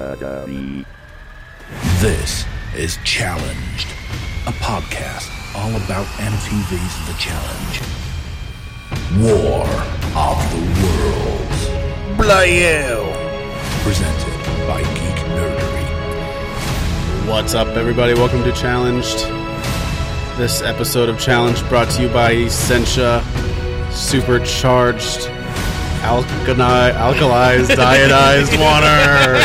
Academy. This is Challenged, a podcast all about MTV's The Challenge. War of the Worlds. Blayo! Presented by Geek Nerdery. What's up, everybody? Welcome to Challenged. This episode of Challenged brought to you by Essentia Supercharged alkali- Alkalized Iodized Water.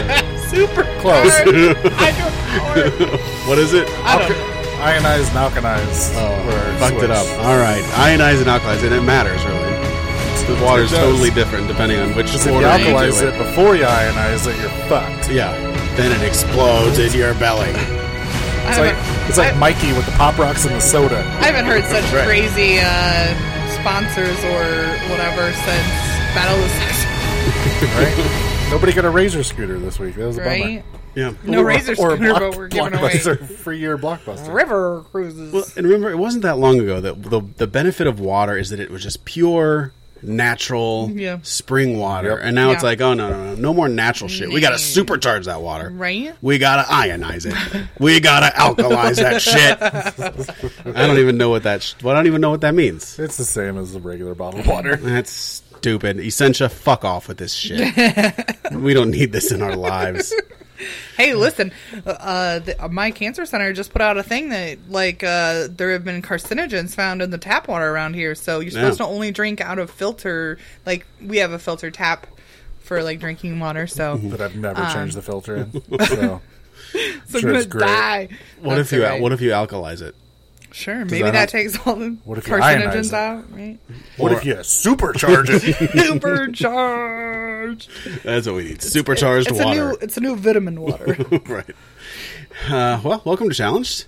Super Close. hydropower. what is it? Ionize and alkanize. Oh, fucked it up. All right, ionize and alkalize, and it matters really. The water's does. totally different depending on which Because if you order you alkalize do it it. before you ionize it, you're fucked. It's Yeah, then it explodes in your belly. I, like haven't, it's like I- Mikey with the pop rocks and the soda. I haven't heard such Right. crazy uh, sponsors or whatever since Battle of the Sex, Right? Nobody got a razor scooter this week. That was a bummer. right? Yeah. No razor Or a block- scooter, but we're giving away blockbuster free year blockbuster. river cruises. Well, and remember, it wasn't that long ago that the the benefit of water is that it was just pure natural Yeah. spring water, and now it's Yeah. like, oh no, no, no, no more natural shit. We got to supercharge that water, Right? We got to ionize it. we got to alkalize that shit. I don't even know what that. Sh- well, I don't even know what that means. It's the same as the regular bottled water. That's stupid. Essentia, fuck off with this shit. we don't need this in our lives. Hey, listen, uh, the, uh, my cancer center just put out a thing that like uh, there have been carcinogens found in the tap water around here, so you're supposed Yeah. to only drink out of filter. Like we have a filter tap for like drinking water, so But I've never Um. changed the filter in. So so Sure, I'm gonna it's great. die. What That's if you all right. what if you alkalize it? Sure, maybe that that, help? takes all the What if you ionize carcinogens it? out, right? what if you supercharge it? Supercharged. That's what we need. Supercharged it's water. a new, it's a new vitamin water. right. Uh, well, welcome to Challenged.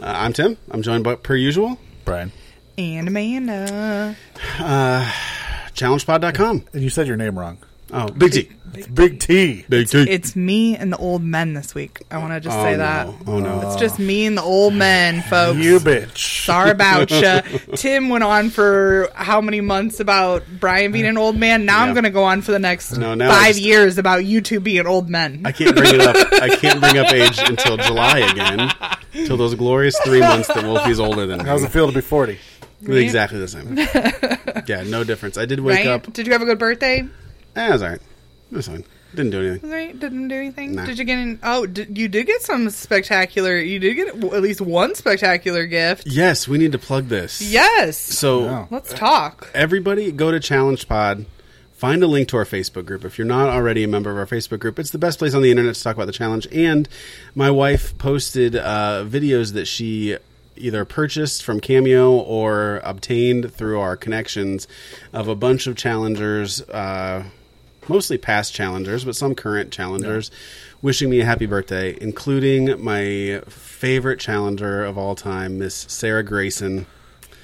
Uh, I'm Tim. I'm joined by, per usual, Brian. and Amanda, challengepod.com. And you said your name wrong. Oh, Big T. It's Big T. Big T. it's me and the old men this week. I want to just say no. that. Oh, no. it's just me and the old men, folks. You bitch. Sorry about ya. Tim went on for how many months about Brian being an old man. Now Yeah. I'm going to go on for the next No, now I five just- years about you two being old men. I can't bring it up. I can't bring up age until July again. Till those glorious three months that Wolfie's older than How's me. it feel to be forty? Exactly the same. Yeah, no difference. I did wake right? up. Did you have a good birthday? Eh, it was all right. It was fine. Didn't do anything. Right? Didn't do anything. Nah. Did you get in? Oh, did, you did get some spectacular. You did get w- at least one spectacular gift. Yes, we need to plug this. Yes. So Wow. let's talk. everybody go to challenge pod find a link to our facebook group if you're not already a member of our facebook group it's the best place on the internet to talk about the challenge and my wife posted uh, videos that she either purchased from cameo or obtained through our connections of a bunch of challengers uh, mostly past challengers but some current challengers wishing me a happy birthday including my favorite challenger of all time miss sarah grayson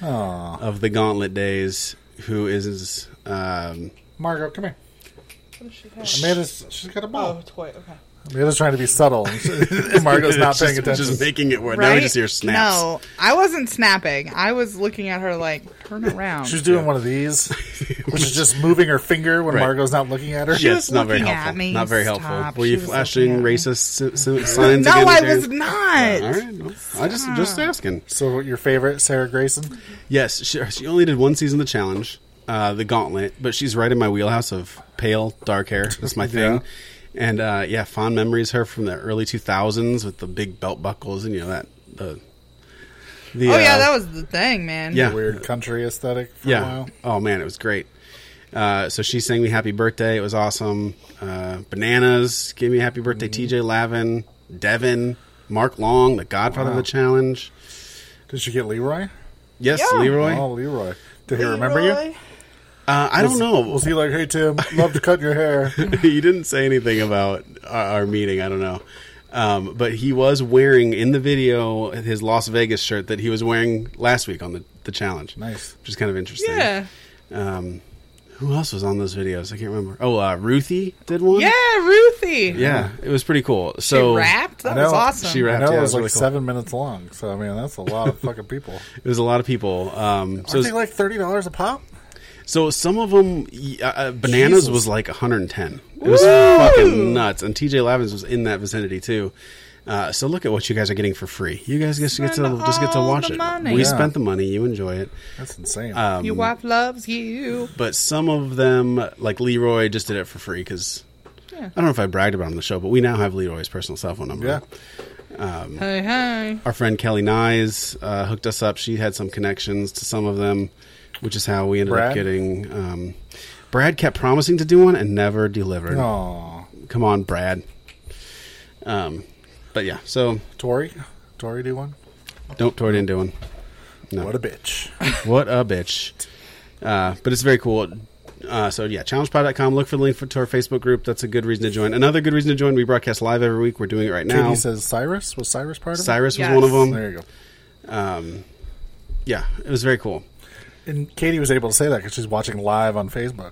of the Gauntlet days, who is um, Margot, come here. Sh- Amanda's she's got a ball. Oh, toy. Okay. Amanda's trying to be subtle. Margo's not just, paying attention. just making it worse. Right? Now we just hear snaps. No, I wasn't snapping. I was looking at her like, turn around. She's doing one of these, which is just moving her finger when Right. Margot's not looking at her. Yeah, was it's not very looking at helpful. me. Not very Stop. helpful. Were She you was flashing looking at me. racist si- si- signs? no, again, I Terry? was not. Ah. All right, well, I just just asking. So your favorite Sarah Grayson? Yes, she, she only did one season of the challenge, uh, the Gauntlet, but she's right in my wheelhouse of pale, dark hair. That's my thing. Yeah. And uh, yeah, fond memories of her from the early 2000s with the big belt buckles and you know that the the Oh yeah, uh, that was the thing, man. Yeah. Weird country aesthetic for a Yeah. while. Oh man, it was great. Uh, so she sang me "Happy Birthday." It was awesome. Uh, Bananas gave me a "Happy Mm-hmm. Birthday." TJ Lavin, Devin, Mark Long, the Godfather of the Challenge. Did she get Leroy? Yes, Yeah. Leroy. Oh, Leroy. Did he remember you? Uh, I don't know. Was he like, hey, Tim, love to cut your hair? he didn't say anything about our, our meeting. I don't know. Um, but he was wearing in the video his Las Vegas shirt that he was wearing last week on the, the challenge. Nice. Which is kind of interesting. Yeah. Um, who else was on those videos? I can't remember. Oh, uh, Ruthie did one? Yeah, Ruthie. Yeah, it was pretty cool. She So rapped. That I was know. awesome. She I rapped. know yeah, it was like really cool. seven minutes long, so I mean that's a lot of fucking people. It was a lot of people. Um, so, Aren't it's- they like thirty dollars a pop? So some of them, uh, uh, bananas was like 110. It was fucking nuts, and TJ Lavins was in that vicinity too. Uh, so look at what you guys are getting for free. You guys just get to Spend just get to all watch the it. money. We Yeah. spent the money. You enjoy it. That's insane. Um, Your wife loves you. But some of them, like Leroy, just did it for free because. I don't know if I bragged about it on the show, but we now have Leroy's personal cell phone number. yeah. Hey, hey. Our friend Kelly Nyes uh, hooked us up. She had some connections to some of them, which is how we ended up Brad? getting. Um, Brad kept promising to do one and never delivered. Oh. Aw. Come on, Brad. Um, but yeah, so Tori? Tori do one? don't Tori didn't do one. No. What a bitch. What a bitch. Uh, but it's very cool. Uh, so yeah, challengepod.com. Look for the link for, to our Facebook group. That's a good reason to join. Another good reason to join. We broadcast live every week. We're doing it right now. Katie says Cyrus. Was Cyrus part of Cyrus Yes. was it? one of them. There you go. Yeah, it was very cool. And Katie was able to say that because she's watching live on Facebook.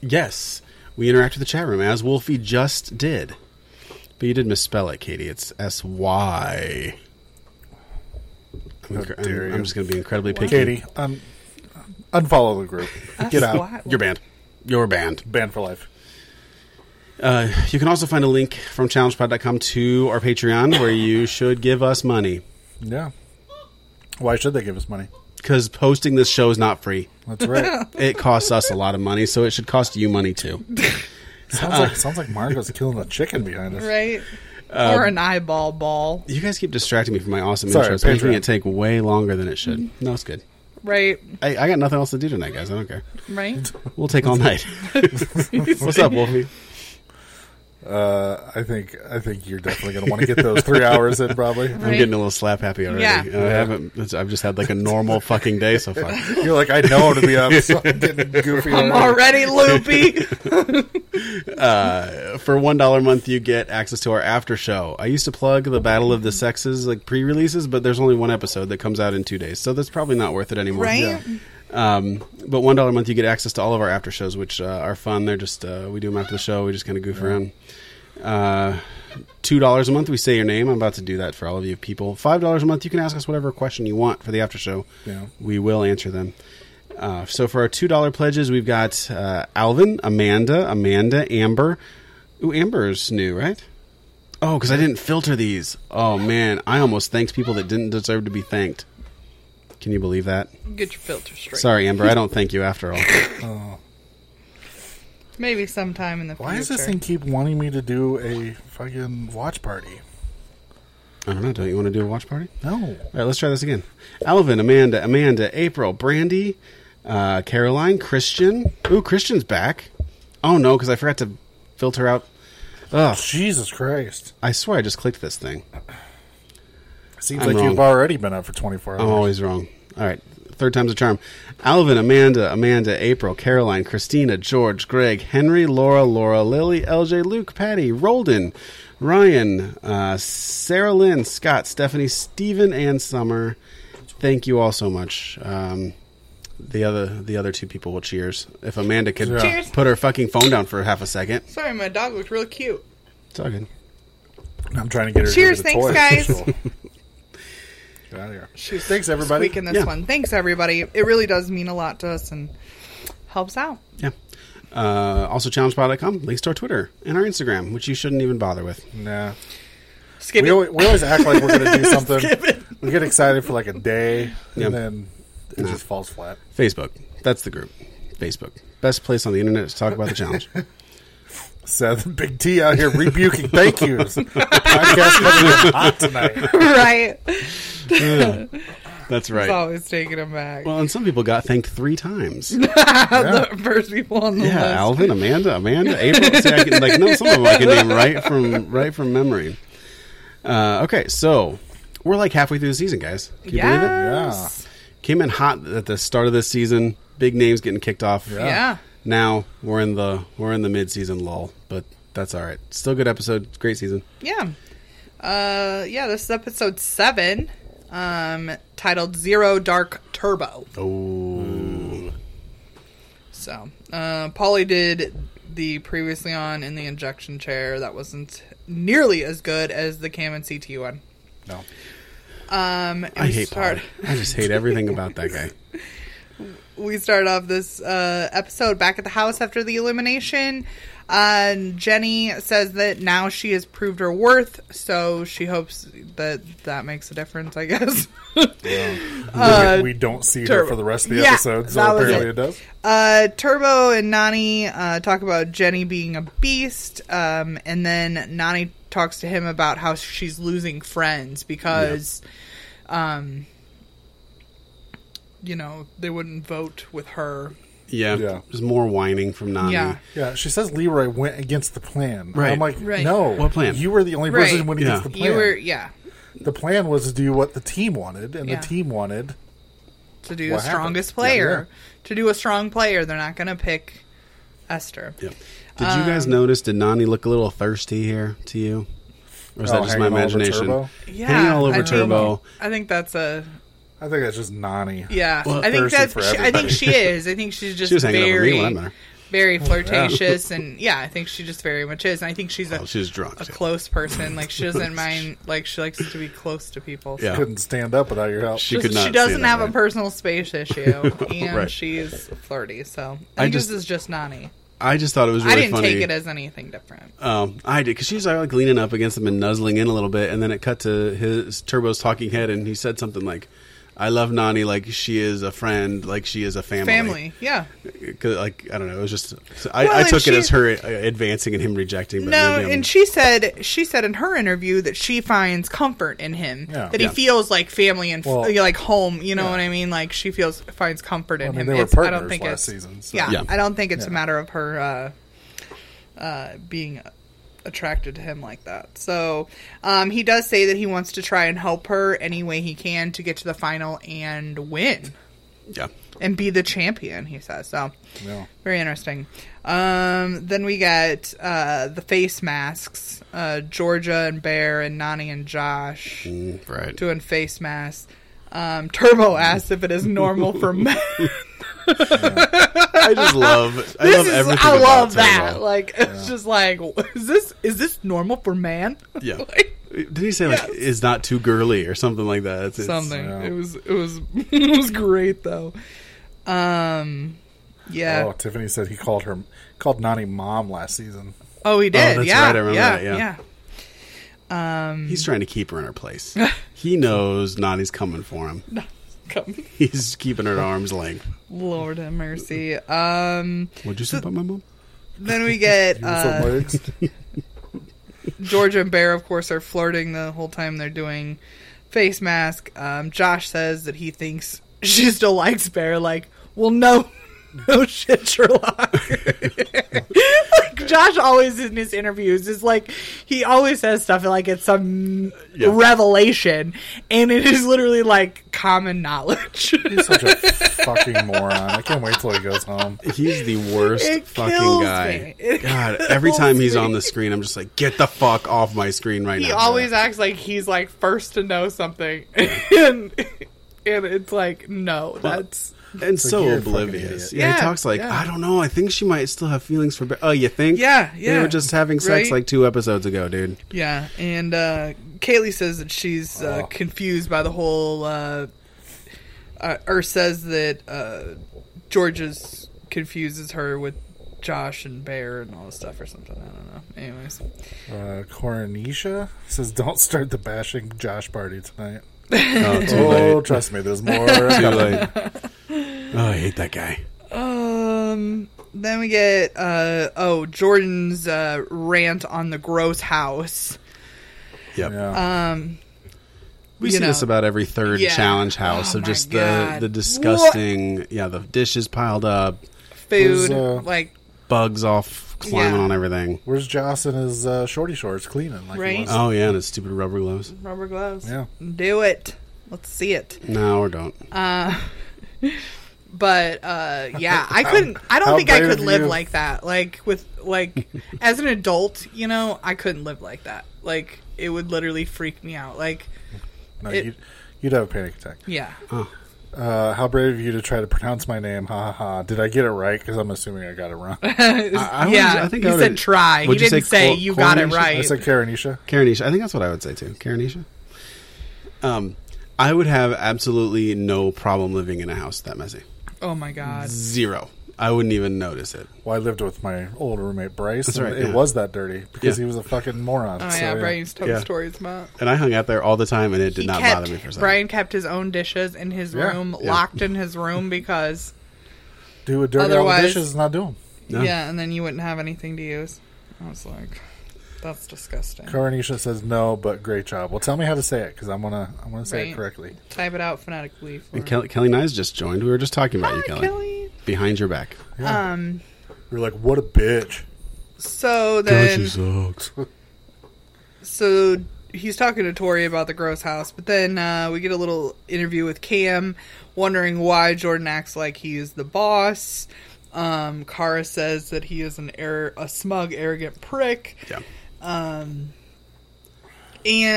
Yes, we interact with the chat room as Wolfie just did. But you did misspell it, Katie. It's S Y. I'm, How inc- dare I'm, you. I'm just going to be incredibly picky. Katie, um, unfollow the group. Get out. Why- you're banned. You're banned. Banned for life. Uh, you can also find a link from challengepod.com to our Patreon where you should give us money Yeah. Why should they give us money? because posting this show is not free. That's right. It costs us a lot of money, so it should cost you money too. sounds like sounds like Margo's killing a chicken behind us. Right? Um, or an eyeball ball. You guys keep distracting me from my awesome Sorry, intro. It's making Patreon. it take way longer than it should. No, it's good. Right? I, I got nothing else to do tonight, guys. I don't care. Right? We'll take all night. What's up, Wolfie? Uh, I think I think you're definitely going to want to get those three hours in. Probably. I'm getting a little slap happy already. Yeah. I haven't. it's- I've just had like a normal fucking day so far. You're like, I know to be up. So I'm getting goofy. I'm already loopy. for one dollar a month you get access to our after show i used to plug the battle of the sexes like pre-releases but there's only one episode that comes out in two days so that's probably not worth it anymore Right? um, but one dollar a month you get access to all of our after shows which uh, are fun they're just uh, we do them after the show we just kind of goof around uh, two dollars a month we say your name i'm about to do that for all of you people five dollars a month you can ask us whatever question you want for the after show Yeah. we will answer them uh, so for our two dollar pledges we've got uh, alvin amanda amanda amber ooh amber's new right oh because i didn't filter these oh man i almost thanked people that didn't deserve to be thanked can you believe that Get your filter straight. sorry amber i don't thank you after all Maybe sometime in the future. Why does this thing keep wanting me to do a fucking watch party? i don't know don't you want to do a watch party No. All right, let's try this again. Alvin, Amanda, Amanda, April, Brandy, uh, Caroline, Christian. Ooh, Christian's back. Oh no, because I forgot to filter out. Ugh, Jesus Christ. I swear I just clicked this thing. Seems I'm like wrong. you've already been up for 24 I'm hours. always wrong. All right, third time's a charm. Alvin, Amanda, Amanda, April, Caroline, Christina, George, Greg, Henry, Laura, Laura, Lily, LJ, Luke, Patty, Roldan, Ryan, uh, Sarah Lynn, Scott, Stephanie, Stephen, and Summer. Thank you all so much. Um, the other the other two people will cheers. If Amanda could Yeah. Cheers. put her fucking phone down for half a second. Sorry, my dog looked real cute. It's all good. I'm trying to get her. Cheers, to thanks, the guys. Get out of here. thanks everybody. Squeaking this Yeah. one. Thanks, everybody. It really does mean a lot to us and helps out. Yeah. Uh, also, challengepod.com links to our Twitter and our Instagram, which you shouldn't even bother with. Nah. Skip We it. always, we always act like we're going to do something. we get excited for like a day, Yep. and then it just falls flat. Facebook. That's the group. Facebook. Best place on the internet to talk about the challenge. Seth and Big T out here rebuking thank yous. The podcast must have been hot tonight. right. That's It's right. always taking him back. Well, and some people got thanked three times. Yeah. the first people on the Yeah, list. Alvin, Amanda, Amanda, April. See, I can, like, no, some of them I can name right from right from memory. Uh, okay, so we're like halfway through the season, guys. Can you believe it? yes. Yeah. Came in hot at the start of this season. Big names getting kicked off. Yeah. Yeah. Now we're in the we're in the mid season lull, but that's all right. Still good episode. Great season. Yeah. Uh, yeah, this is episode seven, um, titled Zero Dark Turbo. Oh, So, uh, Polly did the previously on in the injection chair. That wasn't nearly as good as the Cam and CT one. No. Um, and I we hate Polly. I just hate everything about that guy. we start off this uh, episode back at the house after the elimination. Uh, Jenny says that now she has proved her worth, so she hopes that that makes a difference. I guess. We- we don't see her Terrible. for the rest of the Uh, Yeah, episode, so that was apparently it. it does. Uh, Turbo and Nani uh, talk about Jenny being a beast, um, and then Nani talks to him about how she's losing friends because, um, you know, they wouldn't vote with her. Yeah. Yeah. There's more whining from Nani. Yeah. Yeah, she says Leroy went against the plan. Right. I'm like, Right. no. What plan? You were the only Right. person who went Yeah. against the plan. You were, yeah, The plan was to do what the team wanted, and Yeah. the team wanted. to do What a strongest happened? Yeah, player. To do a strong player, they're not going to pick Esther. Yep. Did you guys Um, notice? Did Nani look a little thirsty here to you, or is that Oh, just my hanging all over imagination? Turbo? Yeah, Hanging all I over think- Turbo. I think that's a I think that's just Nani. Yeah, Well, I think thirsty that's. for She, I think everybody. she is. I think she's just was hanging over me very, when I met her. very flirtatious, and yeah, I think she just very much is. And I think she's a Oh, she's drunk. a too. close person. Like she doesn't mind. Like she likes to be close to people. Yeah. Couldn't stand up without your help. She Just- could not she say doesn't that, have right? a personal space issue, and Right. she's flirty. So I I think just- this is just Nani. I just thought it was really I didn't funny. take it as anything different. Um, I did because she's like leaning up against him and nuzzling in a little bit, and then it cut to his Turbo's talking head, and he said something like, "I love Nani like she is a friend, like she is a family." Uh, Family, yeah. 'Cause, like I don't know, it was just so I, Well, I and took it she- as her uh, advancing and him rejecting. But No, maybe I'm- and she said she said in her interview that she finds comfort in him. Yeah. That Yeah. he feels like family and f Well- like home. You know Yeah. what I mean? Like she feels finds comfort in I mean, him. they were It's- I partners don't think last it's season. So. yeah, Yeah. I don't think it's a Yeah. matter of her uh, uh, being attracted to him like that. So um, he does say that he wants to try and help her any way he can to get to the final and win yeah, and be the champion. He says so. Yeah. Very interesting. Um, then we got uh, the face masks. Uh, Georgia and Bear and Nani and Josh Mm, right. doing face masks. Um, Turbo asks if it is normal for men. I just love. I this love is, everything. I about love that. Turbo. Like it's just like is this is this normal for man? Yeah. Like, Did he say like Yes. is not too girly or something like that? It's, it's- something. yeah. It was it was it was great though. Um, yeah. Oh, Tiffany said he called her called Nani mom last season. Oh, he did. that's yeah, right, I remember yeah, that, yeah. yeah. He's trying to keep her in her place. he knows Nani's coming for him. Come, He's keeping her at arm's length. Lord have mercy. Um, What'd you say about my mom? then we get You want uh, some legs? Georgia and Bear, of course, are flirting the whole time they're doing face mask. Um, Josh says that he thinks she still likes Bear. Like, well, no, no shit, Sherlock. like, Josh always in his interviews is like, he always says stuff like it's some Yeah. revelation, and it is literally like common knowledge. He's such a fucking moron. I can't wait till he goes home. He's the worst It fucking kills guy. me. It God, every time he's kills me. on the screen, I'm just like, get the fuck off my screen right he now. always acts like he's like first to know something and and it's like no that's Uh, and so you're a fucking oblivious. idiot. Yeah, he Yeah, talks like, yeah. I don't know. I think she might still have feelings for. Be- oh, you think? Yeah, yeah, They were just having sex right? like two episodes ago, dude. yeah and uh kaylee says that she's uh, confused by the whole uh, uh or says that uh george's confuses her with josh and bear and all this stuff or something i don't know anyways Uh, Coronisha says, "Don't start the bashing Josh party tonight." Oh, too Oh, late. trust me, there's more. Too coming. late. Oh, I hate that guy. Um. Then we get uh oh Jordan's uh, rant on the gross house. Yep. yeah. We you see this know. about every third Yeah. challenge house Oh of my just God. the the disgusting. Yeah, the dishes piled up, Food There's, uh, like bugs off climbing Yeah. on everything. Where's Josh and his uh, shorty shorts cleaning? Like he Right. was? Oh yeah, and his stupid rubber gloves. rubber gloves. Yeah. Do it. Let's see it. No, or don't. Uh, But uh yeah, I couldn't I don't how think I brave could of live you. like that. Like with like as an adult, you know, I couldn't live like that. Like it would literally freak me out. Like No, It- you'd, you'd have a panic attack. yeah. Uh, how brave of you to try to pronounce my name. Ha ha ha. Did I get it right? Because I'm assuming I got it wrong. I would've- yeah. I think I he would've- said try. He Would you didn't say say, cor- you got it coronation? right. I said Karenisha. Karenisha. I think that's what I would say too. Karenisha. Um, I would have absolutely no problem living in a house that messy. Oh my god. Zero. I wouldn't even notice it. Well, I lived with my old roommate Bryce. and right, It yeah. was that dirty because Yeah. he was a fucking moron. Oh so, yeah, yeah. Brian used to tell Yeah. the stories about. And I hung out there all the time, and it did He not kept, bother me for a second. Brian kept his own dishes in his Yeah. room, Yeah. locked in his room because Do a dirty all Otherwise- the dishes and not do them. No. yeah, and then you wouldn't have anything to use. I was like, that's disgusting. Coronisha says no, but great job. Well, tell me how to say it because I'm gonna I'm gonna say it Right. correctly. Type it out phonetically. For And Kelly, Kelly Nyes just joined. We were just talking about Hi, you, Kelly. Kelly. Behind your back. Um. You're like, what a bitch. So then, sucks. so he's talking to Tori about the gross house, but then uh, we get a little interview with Cam, wondering why Jordan acts like he is the boss. Um, Kara says that he is an air, a smug, arrogant prick. Yeah. And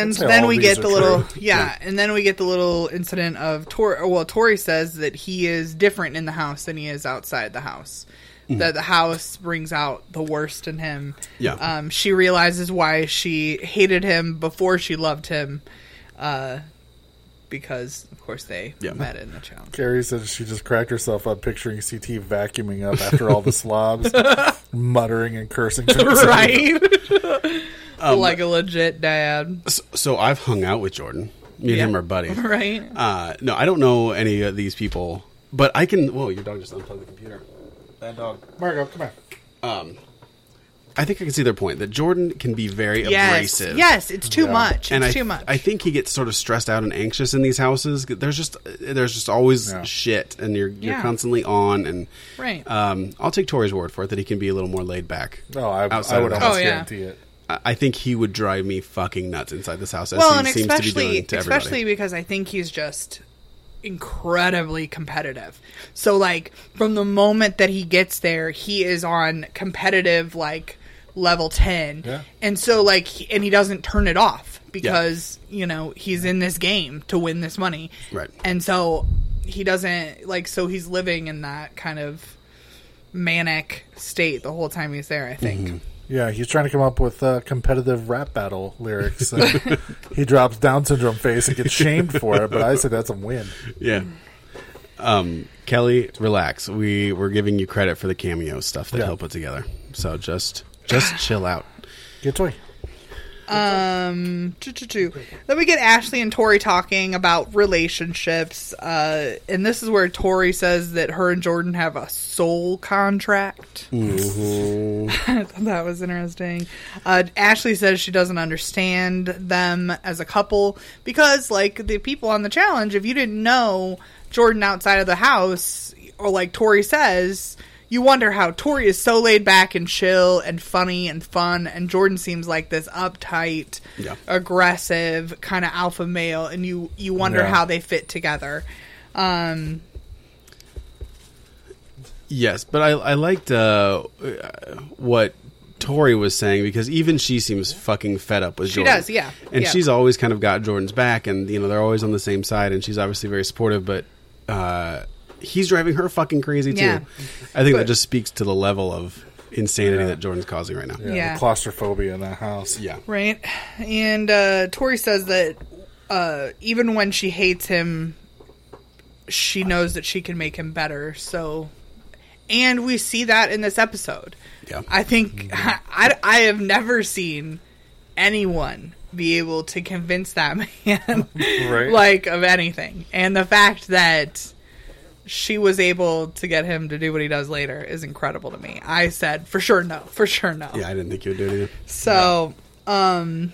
I'd say then all we these get are the little true. yeah, and then we get the little incident of Tor well, Tori says that he is different in the house than he is outside the house. That the house brings out the worst in him. Mm-hmm. Yeah. Um she realizes why she hated him before she loved him. Uh because of course they Yeah. met in the challenge. Carrie says she just cracked herself up picturing CT vacuuming up after all the slobs, muttering and cursing. to herself. Right? Um, like a legit dad. So, so I've hung out with Jordan. Me and Yeah. him are buddies. Right? Uh, no, I don't know any of these people, but I can. Whoa, your dog just unplugged the computer. Bad dog. Margo, come here. I think I can see their point that Jordan can be very yes. abrasive. Yes, it's too much. It's and I, too much. I think he gets sort of stressed out and anxious in these houses. There's just there's just always Yeah. shit, and you're you're Yeah. constantly on. And Right. um, I'll take Tori's word for it that he can be a little more laid back. No, I, Outside I would of the house. almost Oh, yeah. guarantee it. I I think he would drive me fucking nuts inside this house. As well, he and seems to be especially doing to everybody. especially because I think he's just incredibly competitive. So like from the moment that he gets there, he is on competitive like level 10. Yeah. And so like he- and he doesn't turn it off because, you know, he's in this game to win this money. Right. And so he doesn't like so he's living in that kind of manic state the whole time he's there, I think. Yeah, he's trying to come up with uh, competitive rap battle lyrics. and he drops Down syndrome face and gets shamed for it, but I say that's a win. Yeah. Um, Kelly, relax. We we're giving you credit for the cameo stuff that Yeah. he'll put together. So just just chill out. Get toy. Um, choo, choo, choo. then we get Ashley and Tori talking about relationships, uh, and this is where Tori says that her and Jordan have a soul contract. I thought that was interesting. Uh, Ashley says she doesn't understand them as a couple because, like, the people on the challenge, if you didn't know Jordan outside of the house, or like Tori says, you wonder how Tori is so laid back and chill and funny and fun, and Jordan seems like this uptight, Yeah. aggressive kind of alpha male, and you you wonder Yeah. how they fit together. Um, Yes, but I I liked uh, what Tori was saying because even she seems fucking fed up with She Jordan. does, yeah, And yeah. she's always kind of got Jordan's back, and you know they're always on the same side, and she's obviously very supportive, but. Uh, He's driving her fucking crazy too. Yeah. I think that But- just speaks to the level of insanity that Jordan's causing right now. Yeah, Yeah. The claustrophobia in that house. Yeah. Right. And uh, Tori says that uh, even when she hates him, she knows that she can make him better. So, and we see that in this episode. Yeah. I think I, I have never seen anyone be able to convince that man, Right. like, of anything. And the fact that she was able to get him to do what he does later is incredible to me. I said, for sure, no, for sure, no. Yeah, I didn't think you would do it either. So, um,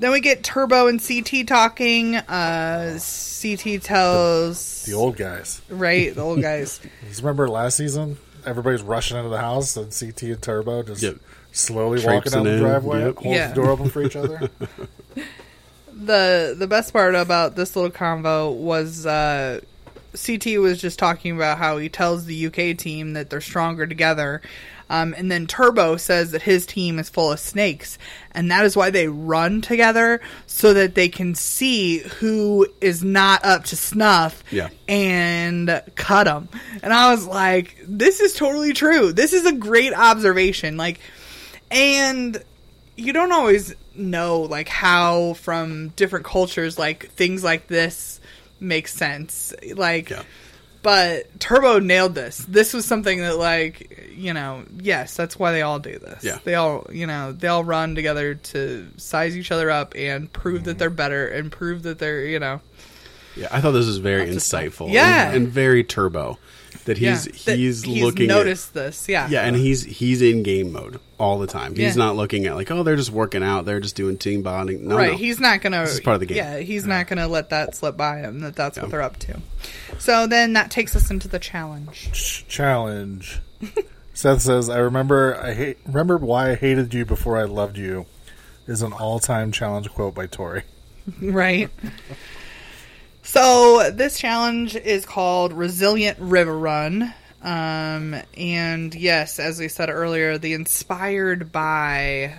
then we get Turbo and CT talking. Uh, CT tells The old guys. right the old guys. Just remember last season? Everybody's rushing into the house and CT and Turbo just Yep. slowly Traipsing walking down the in, driveway, yep. holds Yeah. the door open for each other. the The best part about this little convo was uh, CT was just talking about how he tells the UK team that they're stronger together. Um, and then Turbo says that his team is full of snakes, and that is why they run together so that they can see who is not up to snuff Yeah. and cut them. And I was like, this is totally true. This is a great observation. Like, and you don't always know like how from different cultures like things like this make sense. Like Yeah. But Turbo nailed this. This was something that, like, you know, yes, that's why they all do this. Yeah. They all, you know, they all run together to size each other up and prove Mm-hmm. that they're better and prove that they're, you know, Yeah, I thought this was very insightful. Yeah. and, and very turbo. That he's yeah, that he's, looking noticed this. Yeah. at yeah, and he's he's in game mode all the time. He's Yeah. not looking at like oh they're just working out, they're just doing team bonding. No, right. no. He's not gonna. is part of the game. Yeah, he's not gonna let that slip by him. That that's what they're up to. So then that takes us into the challenge. Ch- challenge. Seth says, "I remember I hate remember why I hated you before I loved you." Is an all time challenge quote by Tori. Right. So this challenge is called Resilient River Run. Um, and yes, as we said earlier, the inspired by,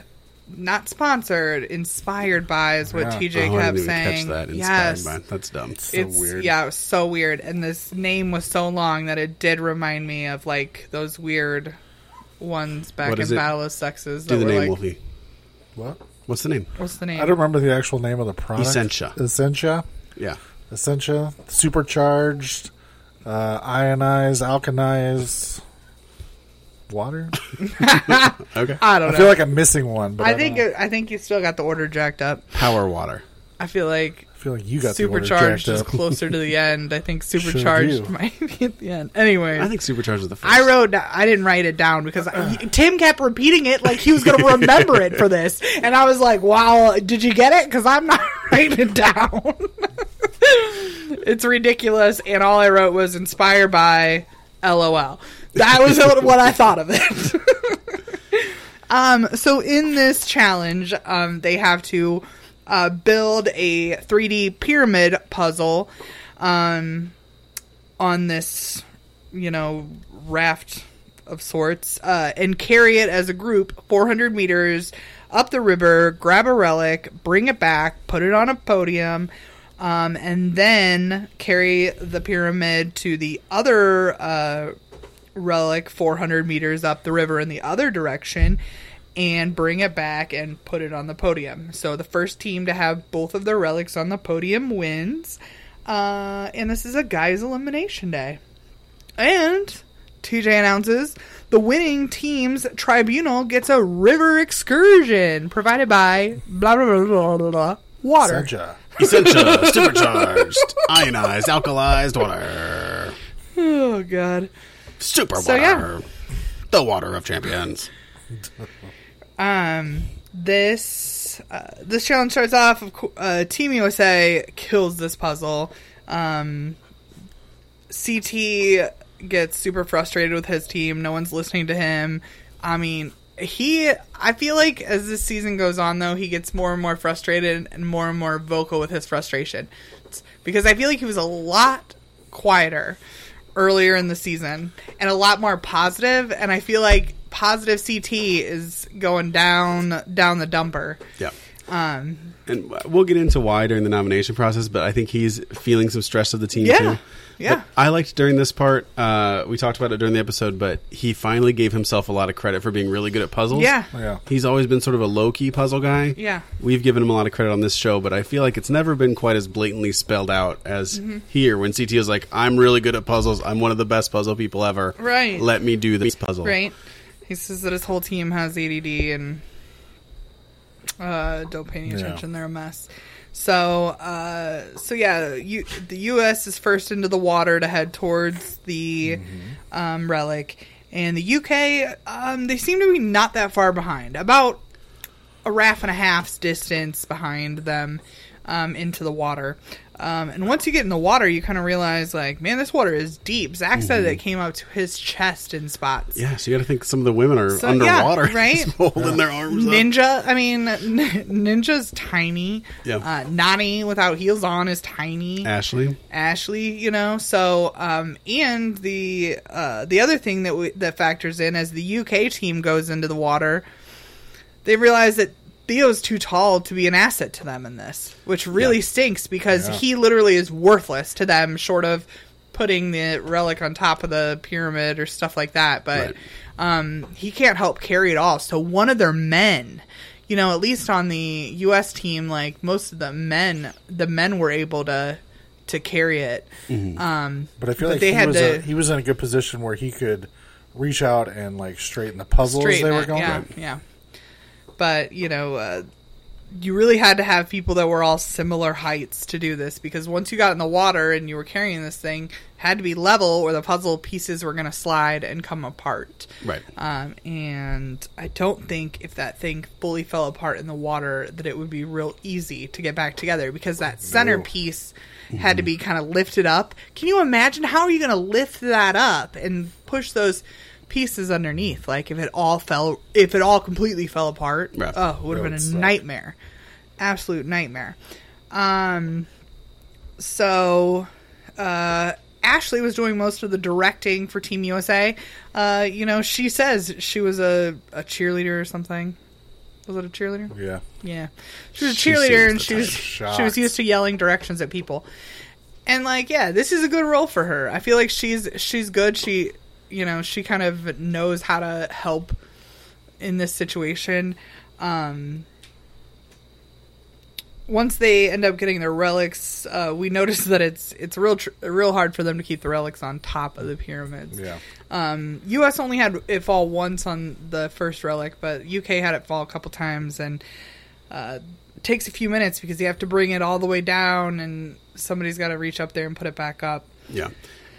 not sponsored, inspired by is what Yeah. Oh, TJ I kept didn't even saying. catch that. Inspired yes. by it. that's dumb. So it's weird. yeah, it was so weird. And this name was so long that it did remind me of like those weird ones back What in is it? Battle of Sexes. Do the that were, name, like, Wolfie. What? What's the name? What's the I name? don't remember the actual name of the product. Essentia. Essentia. Yeah, Essentia. Supercharged. Uh, ionized. Alkanized. Water. okay. I don't I know. feel like I'm missing one, but I, I think it, I think you still got the order jacked up. Power water. I feel like I feel like you got supercharged the order is jacked up. closer to the end. I think supercharged do. might be at the end. Anyway, I think supercharged was the first. I wrote. I didn't write it down because I, Tim kept repeating it like he was going to remember it for this, and I was like, "Wow, did you get it?" Because I'm not writing it down. it's ridiculous, and all I wrote was "inspired by," LOL. That was what I thought of it. Um, so in this challenge, um, they have to uh, build a 3D pyramid puzzle um, on this, you know, raft of sorts, uh, and carry it as a group 400 meters up the river, grab a relic, bring it back, put it on a podium. Um, and then carry the pyramid to the other uh, relic 400 meters up the river in the other direction and bring it back and put it on the podium. So the first team to have both of their relics on the podium wins. Uh, and this is a guy's elimination day. And TJ announces the winning team's tribunal gets a river excursion provided by blah blah blah blah blah, blah water. Essentia. Essentia, supercharged, ionized, alkalized water, Oh god. super So, yeah. water, the water of champions. Um, this uh, this challenge starts off. Of co- uh, Team USA kills this puzzle. Um, CT gets super frustrated with his team. No one's listening to him. I mean, he. I feel like as this season goes on, though, he gets more and more frustrated and more and more vocal with his frustration. It's- because I feel like he was a lot quieter earlier in the season and a lot more positive, And I feel like positive CT is going down down the dumper. Yeah. Um, And we'll get into why during the nomination process, but I think he's feeling some stress of the team Yeah. too. Yeah. But I liked during this part. Uh, we talked about it during the episode, but he finally gave himself a lot of credit for being really good at puzzles. Yeah. Yeah. He's always been sort of a low key puzzle guy. Yeah. We've given him a lot of credit on this show, but I feel like it's never been quite as blatantly spelled out as Mm-hmm. here when CT is like, I'm really good at puzzles. I'm one of the best puzzle people ever. Right. Let me do this puzzle. right? He says that his whole team has ADD and uh, don't pay any Yeah. attention. They're a mess. So, uh, so yeah, you, the U.S. is first into the water to head towards the um, relic, and the U.K. Um, they seem to be not that far behind, about a raft and a half's distance behind them um, into the water. Um, and once you get in the water, you kind of realize, like, man, this water is deep. Zach said that it came up to his chest in spots. Yeah, so you got to think some of the women are So, yeah, underwater, right? holding their arms up. Ninja, I mean, n- Ninja's tiny. Yeah. Uh, Nani without heels on is tiny. Ashley, Ashley, you know. So, um, and the uh, the other thing that we, that factors in as the UK team goes into the water, they realize that Theo's too tall to be an asset to them in this, which really Yeah. stinks because Yeah. he literally is worthless to them, short of putting the relic on top of the pyramid or stuff like that. But Right. um, he can't help carry it all. So one of their men, you know, at least on the U.S. team, like most of the men, the men were able to to carry it. Mm-hmm. But I feel But like they he had was to- a, he was in a good position where he could reach out and like straighten the puzzles Straight they were back, going. yeah, yeah. But you know, uh, you really had to have people that were all similar heights to do this because once you got in the water and you were carrying this thing, it had to be level or the puzzle pieces were going to slide and come apart. Right. Um, and I don't think if that thing fully fell apart in the water that it would be real easy to get back together because that centerpiece had to be Mm-hmm. kind of lifted up. Can you imagine how are you going to lift that up and push those pieces underneath? Like if it all fell, if it all completely fell apart, Yeah. oh, it would That have been a would suck. nightmare, absolute nightmare. Um, so uh, Ashley was doing most of the directing for Team USA. Uh, you know, she says she was a, a cheerleader or something. Was it a cheerleader? Yeah. Yeah, she was a She cheerleader, seems and the she was type. she was Shocked. used to yelling directions at people. And like, yeah, this is a good role for her. I feel like she's she's good. She, you know, she kind of knows how to help in this situation. Um, once they end up getting their relics, uh, we notice that it's it's real tr- real hard for them to keep the relics on top of the pyramids. Yeah. Um, U.S. only had it fall once on the first relic, but U.K. had it fall a couple times, and uh, it takes a few minutes because you have to bring it all the way down, and somebody's got to reach up there and put it back up. Yeah.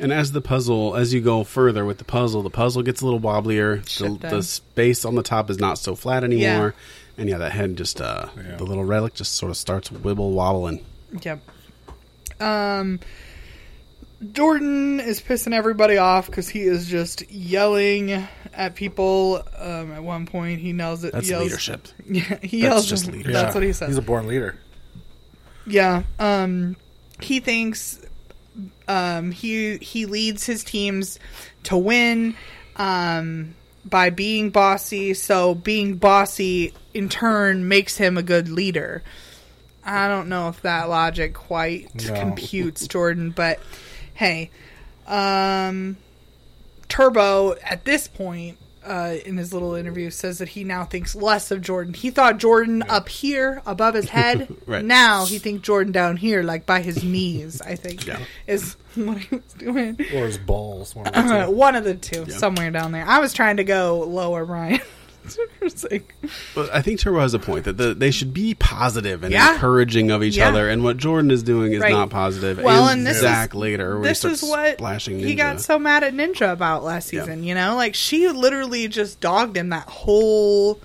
And as the puzzle, as you go further with the puzzle, the puzzle gets a little wobblier. Shit, The, then. the space on the top is not so flat anymore. And yeah, that head just, uh, Yeah. the little relic just sort of starts wibble wobbling. Yep. Um, Jordan is pissing everybody off because he is just yelling at people. Um, at one point, he yells at That's yells, leadership. Yeah, he That's yells. just leadership. Yeah. That's what he says. He's a born leader. Yeah. Um he thinks um he he leads his teams to win um by being bossy, so being bossy in turn makes him a good leader. I don't know if that logic quite No. computes Jordan, but hey, um Turbo at this point uh, in his little interview says that he now thinks less of Jordan. He thought Jordan up here above his head. Right. Now he thinks Jordan down here, like by his knees. I think Yeah. is what he was doing. Or his balls. One of the Uh, two. one of the two, Yeah. somewhere down there. I was trying to go lower, Brian. It's like- But I think Turbo has a point that the, they should be positive and Yeah. encouraging of each Yeah. other. And what Jordan is doing is Right. not positive. Well, and this is- Zach later, where this he is starts what splashing he ninja. got so mad at Ninja about last Yeah. season. You know, like she literally just dogged him that whole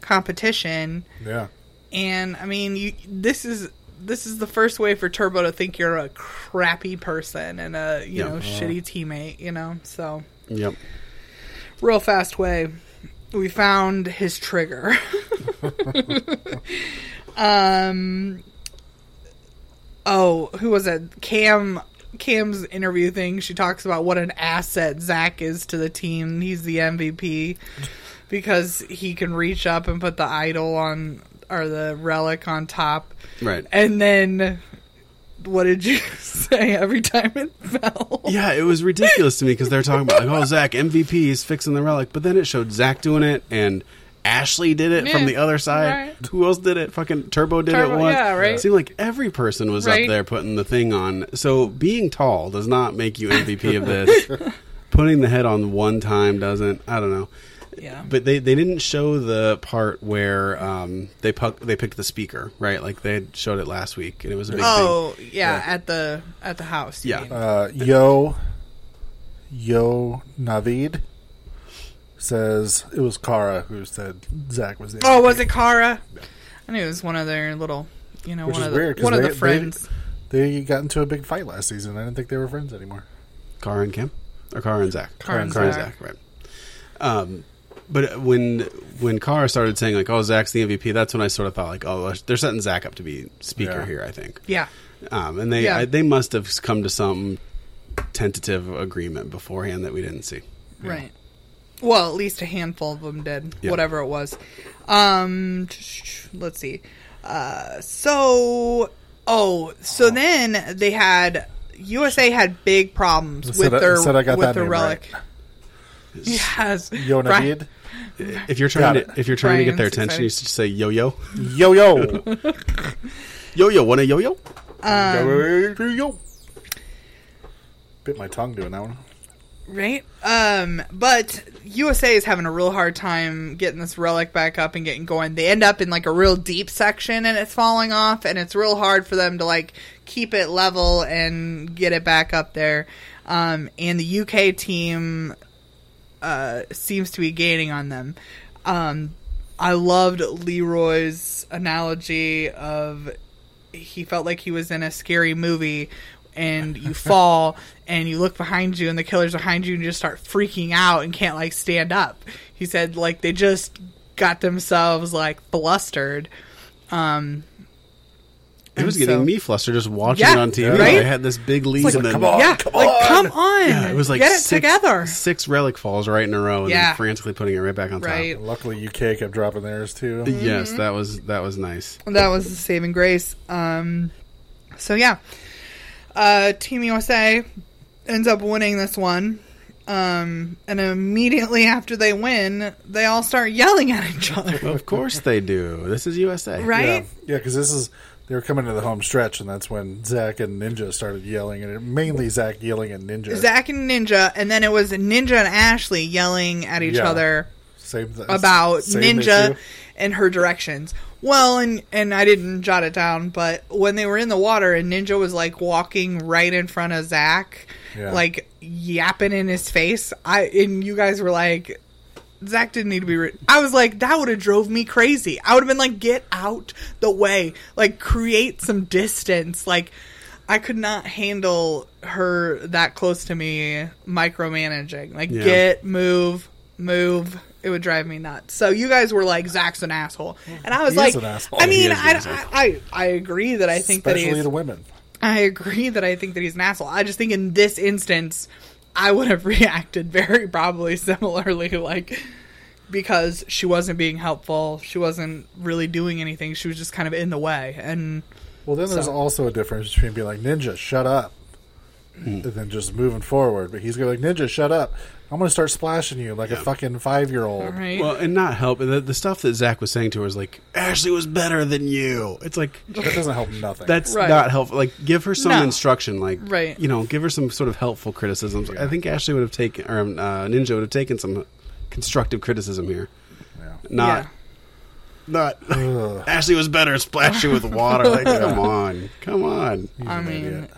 competition. Yeah. and I mean, you this is this is the first way for Turbo to think you're a crappy person and a you Yeah. Uh-huh. know shitty teammate. You know, so Yep. real fast way, we found his trigger. um. Oh, who was it? Cam. Cam's interview thing. She talks about what an asset Zach is to the team. He's the MVP because he can reach up and put the idol on or the relic on top. Right. And then, what did you say every time it fell? Yeah, it was ridiculous to me because they're talking about like, oh, Zach MVP is fixing the relic, but then it showed Zach doing it and Ashley did it Yeah, from the other side. right. Who else did it? Fucking Turbo did Turbo, it once. yeah, right. It seemed like every person was Right. up there putting the thing on. So being tall does not make you MVP of this. Putting the head on one time doesn't. I don't know. Yeah. But they, they didn't show the part where um, they puck, they picked the speaker right like they had showed it last week and it was a big thing. Oh yeah, at the at the house. you Yeah. mean. Uh, yo, yo, Navid says it was Kara who said Zach was the. oh, was MVP, it Kara? I knew it was one of their little, you know, Which one is of the weird. 'cause one of they- the friends. They, they got into a big fight last season. I didn't think they were friends anymore. Car and Kim, or Car and Zach. Car and Zach. right? Um, but when when Car started saying like, "Oh, Zach's the MVP," that's when I sort of thought like, "Oh, they're setting Zach up to be speaker Yeah. here." I think, yeah. um, and they Yeah. I, they must have come to some tentative agreement beforehand that we didn't see. Right. Well, at least a handful of them did, Yeah. whatever it was. Um, let's see. Uh, so, oh, so then they had USA had big problems Said with I- their said I got with that their name relic. Yes, Yo, Brian- Navid. If you're trying Got to, if you're trying to get their Brian's attention, you should say yo yo Yo, yo. Um, yo yo. Want a yo yo? yo, yo. Bit my tongue doing that one. Right? Um, but USA is having a real hard time getting this relic back up and getting going. They end up in like a real deep section and it's falling off and it's real hard for them to like keep it level and get it back up there. Um, and the UK team uh, seems to be gaining on them. Um, I loved Leroy's analogy of he felt like he was in a scary movie and you fall and you look behind you and the killer's behind you and you just start freaking out and can't like stand up. He said like they just got themselves like flustered. Um It was and so- getting me flustered just watching Yeah, it on TV. right? I had this big lead, like, and then come on. yeah, come like on. come on. Yeah, it was like get it six, together. Six relic falls right in a row, and Yeah. then frantically putting it right back on top. Right. And luckily, UK kept dropping theirs too. Yes, Mm-hmm. that was that was nice. that was the saving grace. Um, so yeah, uh, Team USA ends up winning this one, um, and immediately after they win, they all start yelling at each other. Of course they do. This is USA, Right? Yeah, because this is they were coming to the home stretch, and that's when Zach and Ninja started yelling, and it, mainly Zach yelling at Ninja. Zach and Ninja, and then it was Ninja and Ashley yelling at each Yeah. other same th- about same Ninja issue. and her directions. Well, and and I didn't jot it down, but when they were in the water and Ninja was like walking right in front of Zach, Yeah. like yapping in his face, I and you guys were like, Zach didn't need to be. Re-. I was like, that would have drove me crazy. I would have been like, get out the way, like create some distance, like. I could not handle her that close to me micromanaging. Like, Yeah. get, move, move. It would drive me nuts. So you guys were like, Zach's an asshole, and I was He like, is an asshole. I He mean, is an I, asshole. I, I, I agree that I think that especially he's, the women. I agree that I think that he's an asshole. I just think in this instance, I would have reacted very probably similarly, like because she wasn't being helpful, she wasn't really doing anything, she was just kind of in the way, and Well, then there's So- also a difference between being like Ninja, shut up, and then just moving forward. But he's going to be like Ninja, shut up. I'm going to start splashing you like a fucking five year old. right. Well, and not help. The, the stuff that Zach was saying to her is like, Ashley was better than you. It's like That doesn't help nothing. that's Right. not helpful. Like, give her some No. instruction. Like, Right. You know, give her some sort of helpful criticisms. I think Ashley would have taken, or um, uh, Ninja would have taken some constructive criticism here. Yeah. Not, not. Ashley was better. Splash you with water. Like, come on, come on. He's I an mean, idiot.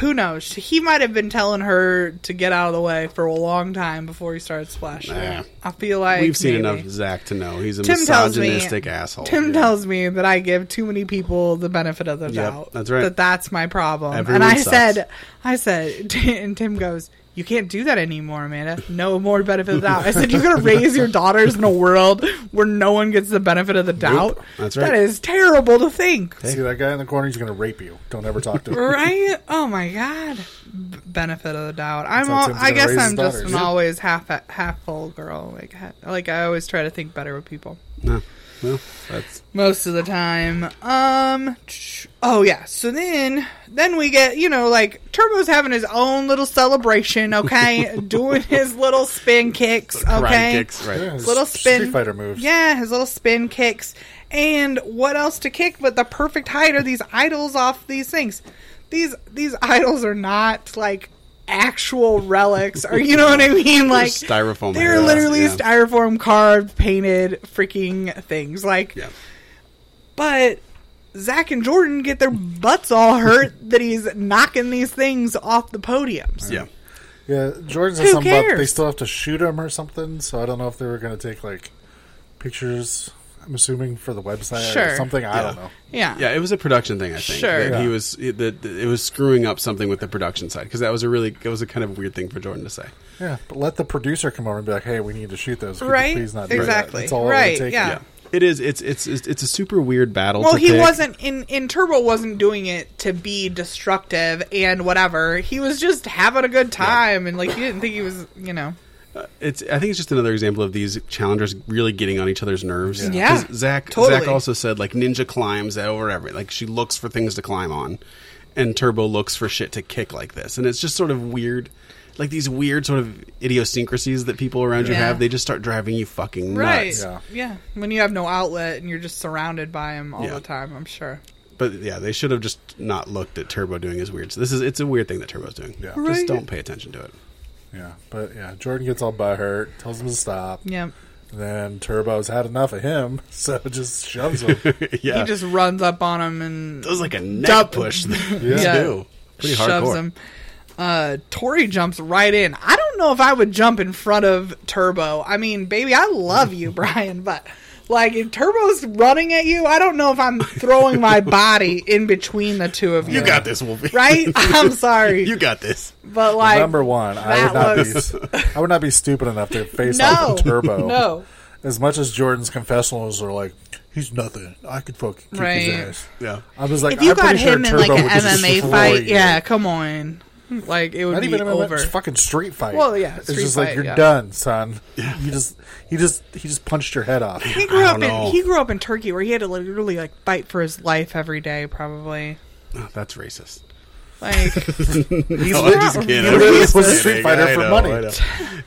who knows? He might have been telling her to get out of the way for a long time before he started splashing. Nah. I feel like We've seen maybe. enough Zach to know he's a Tim tells me- misogynistic asshole. Tim Yeah. tells me that I give too many people the benefit of the Yep, doubt. that's right. That that's my problem. Everyone and I sucks. said, I said, and Tim goes, "You can't do that anymore, Amanda. No more benefit of the doubt." I said, "You're gonna raise your daughters in a world where no one gets the benefit of the doubt. That's right. That is terrible to think. See that guy in the corner? He's going to rape you. Don't ever talk to him. right? Oh my god. B- benefit of the doubt. I'm how all, Tim's I gonna guess raise his I'm just daughters. an Yep. always half half full girl. Like ha- like I always try to think better of people No, no, that's most of the time. Um tsh- oh yeah. So then then we get, you know, like Turbo's having his own little celebration, okay? Doing his little spin kicks, karate okay? kicks, right? Yeah, his Little spin Street Fighter moves. Yeah, his little spin kicks. And what else to kick but the perfect height are these idols off these things. These these idols are not like actual relics or you know what I mean? Like styrofoam They're idols, literally yeah. styrofoam carved, painted freaking things. Like Yeah. but Zach and Jordan get their butts all hurt that he's knocking these things off the podiums. Yeah. Yeah, Jordan Who says something about cares? they still have to shoot him or something. So I don't know if they were going to take like pictures. I'm assuming for the website Sure. or something. I don't Yeah. know. Yeah. Yeah, it was a production thing. I think Ah. Sure. that he Yeah. was that it was screwing up something with the production side because that was a really it was a kind of weird thing for Jordan to say. Yeah, but let the producer come over and be like, "Hey, we need to shoot those. Could you Right? Please not do that?" Exactly. That's all it would Right, take. yeah. Yeah, it is. It's it's it's it's a super weird battle. Ah. Well, to he pick. wasn't in in Turbo wasn't doing it to be destructive and whatever. He was just having a good time and like he didn't think he was, you know. Uh, It's I think it's just another example of these challengers really getting on each other's nerves. Yeah. 'Cause Zach Totally. Zach also said like Ninja climbs over everything. Like she looks for things to climb on, and Turbo looks for shit to kick like this. And it's just sort of weird. Like these weird sort of idiosyncrasies that people around you Yeah. have, they just start driving you fucking nuts. Right. Yeah. Yeah. When you have no outlet and you're just surrounded by him all Yeah. the time, I'm sure. But yeah, they should have just not looked at Turbo doing his weird. So this is it's a weird thing that Turbo's doing. Yeah. Right. Just don't pay attention to it. Yeah, but yeah, Jordan gets all butthurt, tells him to stop. Yeah. Then Turbo's had enough of him, so just shoves him. yeah. He just runs up on him and That was like a neck Dump. push. yeah. Yeah. Too. Pretty shoves hardcore. him. Uh, Tori jumps right in. I don't know if I would jump in front of Turbo. I mean, baby, I love you, Brian, but like if Turbo's running at you, I don't know if I'm throwing my body in between the two of you. You got this, Wolfie. right? I'm sorry, You got this. but like Number one, I would that not be, I would not be stupid enough to face No. off with Turbo. no, As much as Jordan's confessionals are like, he's nothing. I could fucking kick Right. his ass. Yeah. I was like, if you I'm got pretty him sure in like Turbo an would just MMA destroy fight, you. yeah, come on, like it would Not be even MMA, over. it's fucking street fight. Well, yeah, it's street just like fight, you're yeah. done, son. You just, he just, he just punched your head off. He grew I up don't know. in he grew up in Turkey where he had to literally like fight for his life every day, probably. Oh, that's racist. Like He's No, I'm literally- Oh, just kidding. He literally was a Kidding. street fighter I for know, I money. know.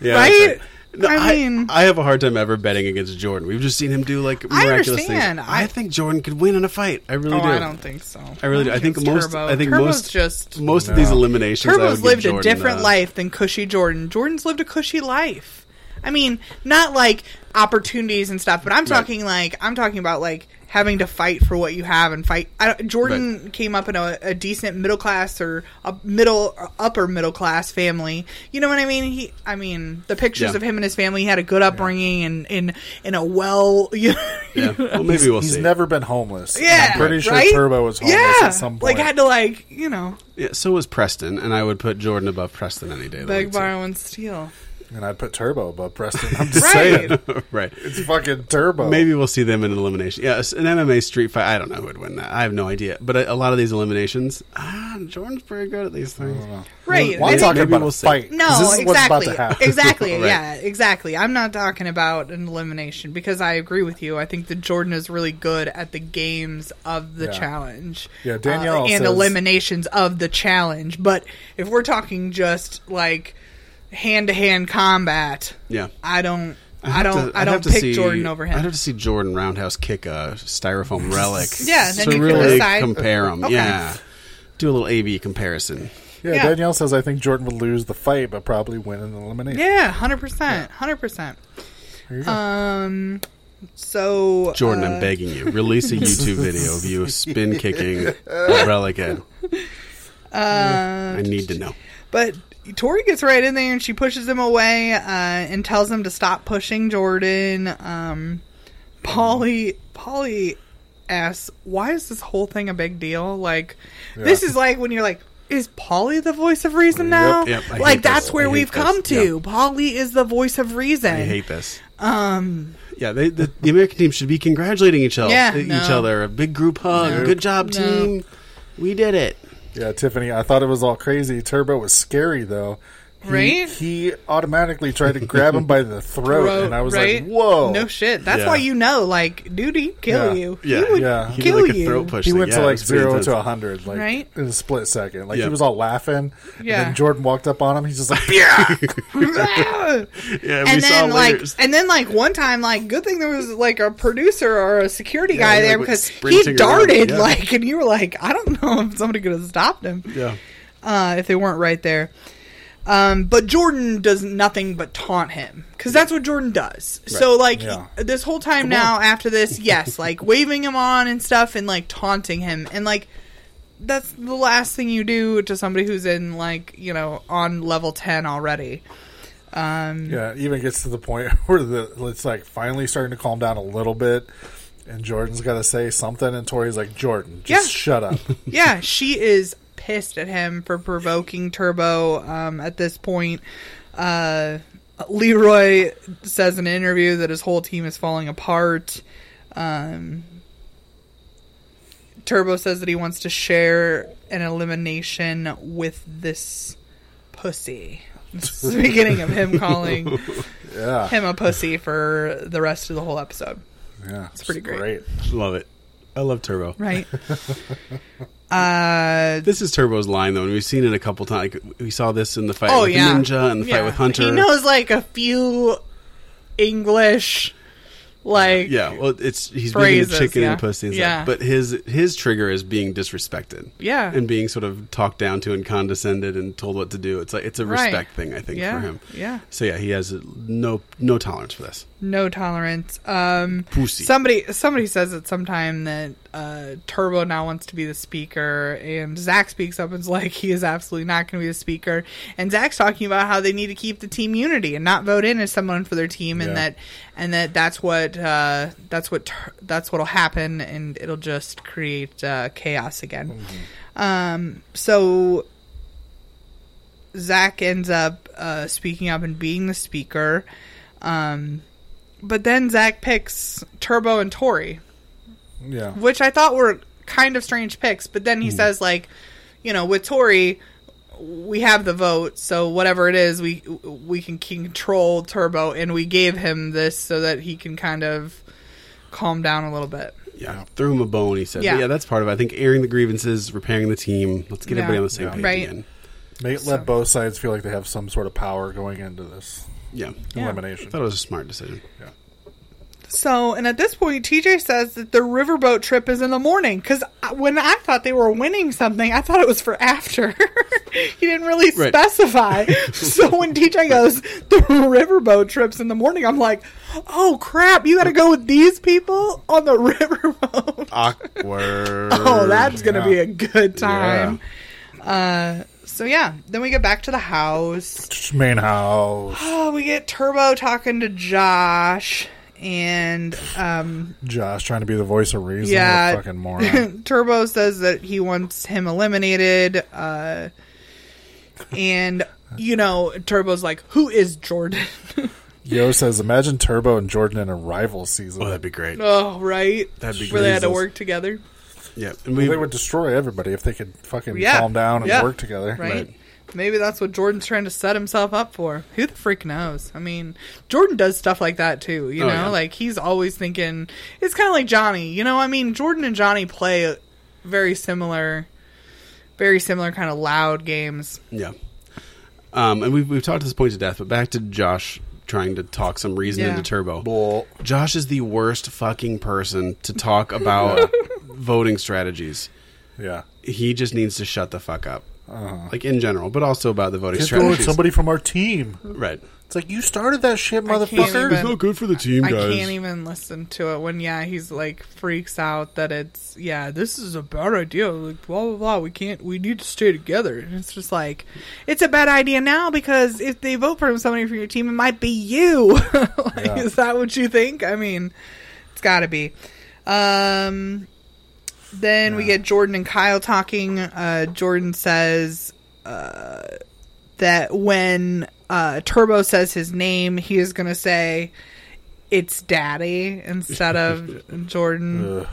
Yeah, Right? that's No, I I, mean- I have a hard time ever betting against Jordan. We've just seen him do like I miraculous things. understand. I think Jordan could win in a fight. I really Oh, do. I don't think so. I really do. I think It's most. Turbo. I think Turbo's most. just most of these No. eliminations. I would Turbo's give lived a Jordan, different uh, life than Cushy Jordan. Jordan's lived a cushy life. I mean, not like opportunities and stuff, but I'm talking like I'm talking about like having to fight for what you have and fight. I don't, Jordan came up in a, a decent middle class or a middle or upper middle class family. You know what I mean? He, I mean, the pictures Yeah. of him and his family he had a good upbringing and in in a well. You Yeah. Well, maybe we'll he's see. never been homeless. Yeah, I'm pretty sure right? Turbo was homeless yeah, at some point. like had to like you know yeah, so was Preston, and I would put Jordan above Preston any day. of the beg, week, too. borrow, and steal. and I put Turbo above Preston. I'm just Right. saying, right. it's fucking Turbo. Maybe we'll see them in an elimination. Yeah, s- an MMA street fight. I don't know who would win that. I have no idea. But uh, a, a lot of these eliminations, ah, Jordan's pretty good at these things. Right. Well, I'm and- talking maybe about we'll a see. fight. 'cause No, this is exactly. what's about to happen. Exactly. Right. Yeah, exactly. I'm not talking about an elimination because I agree with you. I think that Jordan is really good at the games of the Yeah. challenge. uh, Yeah, Danielle and says- eliminations of the challenge. But if we're talking just like hand to hand combat, Yeah. I don't I'd I have don't to- I I'd have don't to pick see- Jordan over I'd have him. to see Jordan Roundhouse kick a styrofoam relic. Yeah, and then to you can really decide. compare them. Okay. Yeah, do a little AB comparison. Yeah, Yeah. Danielle says I think Jordan would lose the fight, but probably win an elimination. Yeah, hundred percent. Hundred percent. There you go. Um so Jordan, uh, I'm begging you, release a YouTube video of you spin kicking a relic. In. Uh, I need to know. But Tori gets right in there and she pushes him away uh, and tells him to stop pushing Jordan. Um, Polly, Polly asks, "Why is this whole thing a big deal? Like, this Yeah. is like when you're like." Is Polly the voice of reason now? yep, I like hate this. that's I where hate we've this. come to. Polly is the voice of reason. I hate this. Um. Yeah, they, the, the American team should be congratulating each other. Yeah, each no. other. A big group hug. No. Good job, No. team. We did it. Yeah, Tiffany, I thought it was all crazy. Turbo was scary though. He- Right? He automatically tried to grab him by the throat, Bro, and I was right? like, "Whoa!" No shit. That's Yeah. why you know, like, dude, he'd kill Yeah. you. Yeah, he would yeah. He kill did like you. a throat push. He thing. went Yeah, to it like was pretty zero to intense. a hundred, like Right? in a split second. Like Yeah. he was all laughing. Yeah. And then Jordan walked up on him. He's just like, Yeah, we and saw then like layers. and then like one time like good thing there was like a producer or a security Yeah, guy he, like, there went because he sprinting around, darted yeah. like and you were like i don't know if somebody could have stopped him yeah. uh, if they weren't right there um, but jordan does nothing but taunt him because that's what jordan does so like Yeah. this whole time now after this yes like waving him on and stuff and like taunting him and like that's the last thing you do to somebody who's in like you know on level 10 already Um, yeah. Even gets to the point where the it's like finally starting to calm down a little bit, and Jordan's got to say something, and Tori's like, "Jordan, just Yeah. shut up." yeah, she is pissed at him for provoking Turbo um, at this point. Uh, Leroy says in an interview that his whole team is falling apart. Um, Turbo says that he wants to share an elimination with this pussy. This is the beginning of him calling yeah, him a pussy for the rest of the whole episode. yeah, it's pretty great. Love it. I love Turbo. Right. Uh, This is Turbo's line though, and we've seen it a couple times. Like, we saw this in the fight with Ninja and the Oh, Yeah. fight with Hunter. He knows like a few English Like, Yeah, well, it's he's being the Phrases, chicken yeah. and pussy. And Yeah. stuff. But his his trigger is being disrespected. Yeah. and being sort of talked down to and condescended and told what to do. It's like it's a Right. respect thing, I think, Yeah, for him. yeah. So yeah, he has no no tolerance for this. no tolerance. Um, Pussy. Somebody somebody says at some time that uh, Turbo now wants to be the speaker, and Zach speaks up and's like, he is absolutely not going to be the speaker. And Zach's talking about how they need to keep the team unity and not vote in as someone for their team, and Yeah. that and that that's what uh, that's what tur- that's what'll happen, and it'll just create uh, chaos again. Um, so Zach ends up uh, speaking up and being the speaker. Um, but then Zach picks Turbo and Tori, Yeah. which I thought were kind of strange picks. But then he says, like, you know, with Tori, we have the vote, so whatever it is, we we can control Turbo, and we gave him this so that he can kind of calm down a little bit. Yeah, threw him a bone. He said, yeah. Yeah. yeah, that's part of. it. I think airing the grievances, repairing the team. Let's get Yeah. everybody on the same page Right. again. Make, Let both sides feel like they have some sort of power going into this Yeah, I elimination. thought it was a smart decision. Yeah. So, and at this point, TJ says that the riverboat trip is in the morning because when I thought they were winning something, I thought it was for after. he didn't really Right. specify. so when TJ goes, the riverboat trip's in the morning, I'm like, oh crap, you got to go with these people on the riverboat. Awkward. oh, that's going to be a good time. Uh, so yeah, then we get back to the house. Main house. Oh, we get Turbo talking to Josh. And um, Josh trying to be the voice of reason. Yeah. Yeah. Fucking moron. Turbo says that he wants him eliminated. Uh, and, you know, Turbo's like, who is Jordan? Yo says, imagine Turbo and Jordan in a rival season. Oh, that'd be great. oh, right? That'd be Where they had to Jesus. work together. Yeah, and we they would destroy everybody if they could fucking Yeah. calm down and Yeah. work together. Right? Maybe that's what Jordan's trying to set himself up for. Who the freak knows? I mean, Jordan does stuff like that too, you Oh, know? yeah. Like, he's always thinking, it's kind of like Johnny, you know? I mean, Jordan and Johnny play very similar, very similar kind of loud games. Yeah. Um, and we've, we've talked to this point to death, but back to Josh trying to talk some reason Yeah. into Turbo. Bull. Josh is the worst fucking person to talk about voting strategies. Yeah. He just needs to shut the fuck up. Like in general, but also about the voting Just go with strategies. somebody from our team. right. It's like, you started that shit, can't motherfucker. even- It's no good for the team, I can't even listen to it when yeah he's like freaks out that it's yeah this is a bad idea like blah blah blah we can't we need to stay together and it's just like it's a bad idea now because if they vote for somebody from your team it might be you like, Yeah. is that what you think I mean it's got to be um then we get Jordan and Kyle talking uh Jordan says uh, that when uh, Turbo says his name, he is going to say it's Daddy instead of Jordan. Ugh.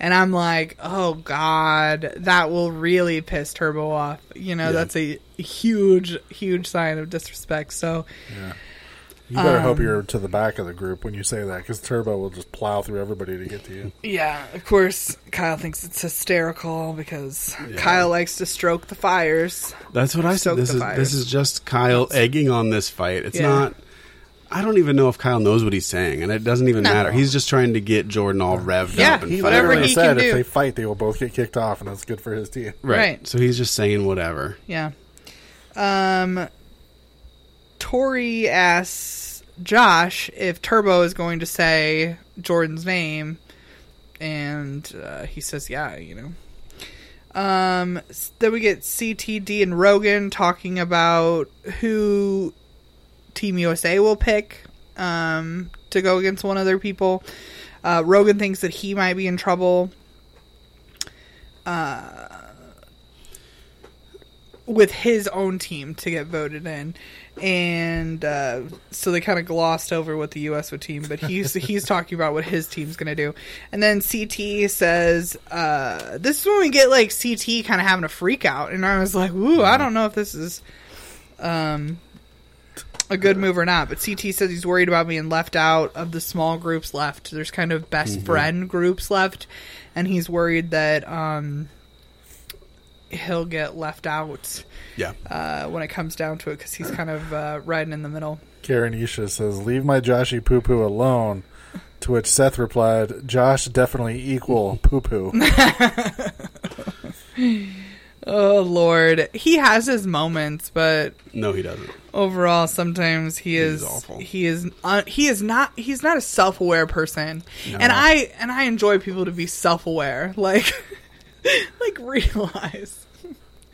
And I'm like, oh God, that will really piss Turbo off. You know, that's a huge, huge sign of disrespect. So, You Um, better hope you're to the back of the group when you say that, because Turbo will just plow through everybody to get to you. yeah, of course, Kyle thinks it's hysterical because Kyle likes to stroke the fires. That's what I said. Soak This the is fire. this is just Kyle egging on this fight. It's Yeah. not. I don't even know if Kyle knows what he's saying, and it doesn't even No. matter. He's just trying to get Jordan all revved Yeah, up and He fired Whatever literally he said can if do. they fight, they will both get kicked off, and that's good for his team. Right. Right. So he's just saying whatever. Yeah. Um Tori asks Josh if Turbo is going to say Jordan's name and uh, he says yeah, you know. Um s- then we get CTD and Rogan talking about who Team USA will pick um to go against one of their people. Uh, Rogan thinks that he might be in trouble. with his own team to get voted in, and uh, so they kind of glossed over what the U.S. would team, but he's he's talking about what his team's going to do, and then CT says uh, this is when we get like CT kind of having a freak out, and I was like, ooh, I don't know if this is um, a good move or not, but CT says he's worried about being left out of the small groups left. There's kind of best friend groups left, and he's worried that um, he'll get left out Yeah. uh, when it comes down to it because he's kind of uh, riding in the middle. Karen Isha says, Leave my Joshy poo poo alone. To which Seth replied, Josh definitely equal poo poo. Oh Lord, he has his moments, but No, he doesn't. overall, sometimes he is awful. he is uh, he is not he's not a self aware person, and No. I and I enjoy people to be self aware, like like realize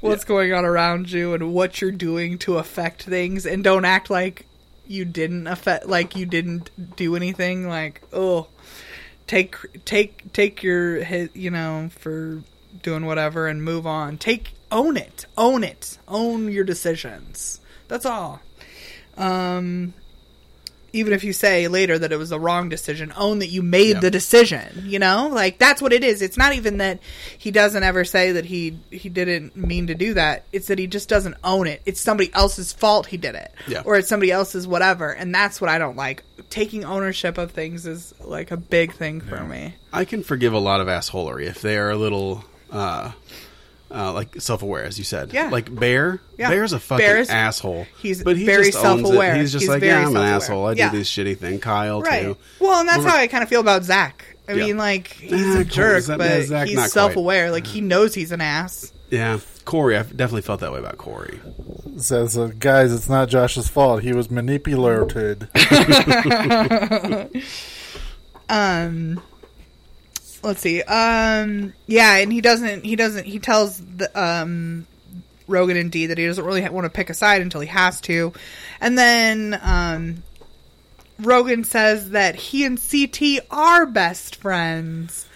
what's going on around you and what you're doing to affect things, and don't act like you didn't affect like you didn't do anything. Like oh, take take take your hit, you know, for doing whatever and move on. Take own it, own it, own your decisions. That's all. Um, even if you say later that it was the wrong decision, own that you made Yeah. the decision. You know, like that's what it is. It's not even that he doesn't ever say that he he didn't mean to do that. It's that he just doesn't own it. It's somebody else's fault he did it, Yeah. or it's somebody else's whatever. And that's what I don't like. Taking ownership of things is like a big thing for me. I can forgive a lot of assholery if they are a little uh, uh, like self-aware, as you said. Yeah. Like Bear, Yeah. Bear's a fucking Bear's- asshole. he's but he very just owns it. self-aware. He's just He's like, very yeah, I'm an self-aware. asshole. I Yeah. do this shitty thing. Kyle too. Well, and that's Well, how I kind of feel about Zach. I Yeah. mean, like Ah, he's cool. a jerk, Is that- but is Zach not he's quite? self-aware. Like he knows he's an ass. Yeah, Corey. I definitely felt that way about Corey. Seth said, uh, Guys, it's not Josh's fault. He was manipulated. Um, let's see. Um, yeah, and he doesn't. He doesn't. He tells the um Rogan and Dee that he doesn't really ha- want to pick a side until he has to, and then um. Rogan says that he and CT are best friends.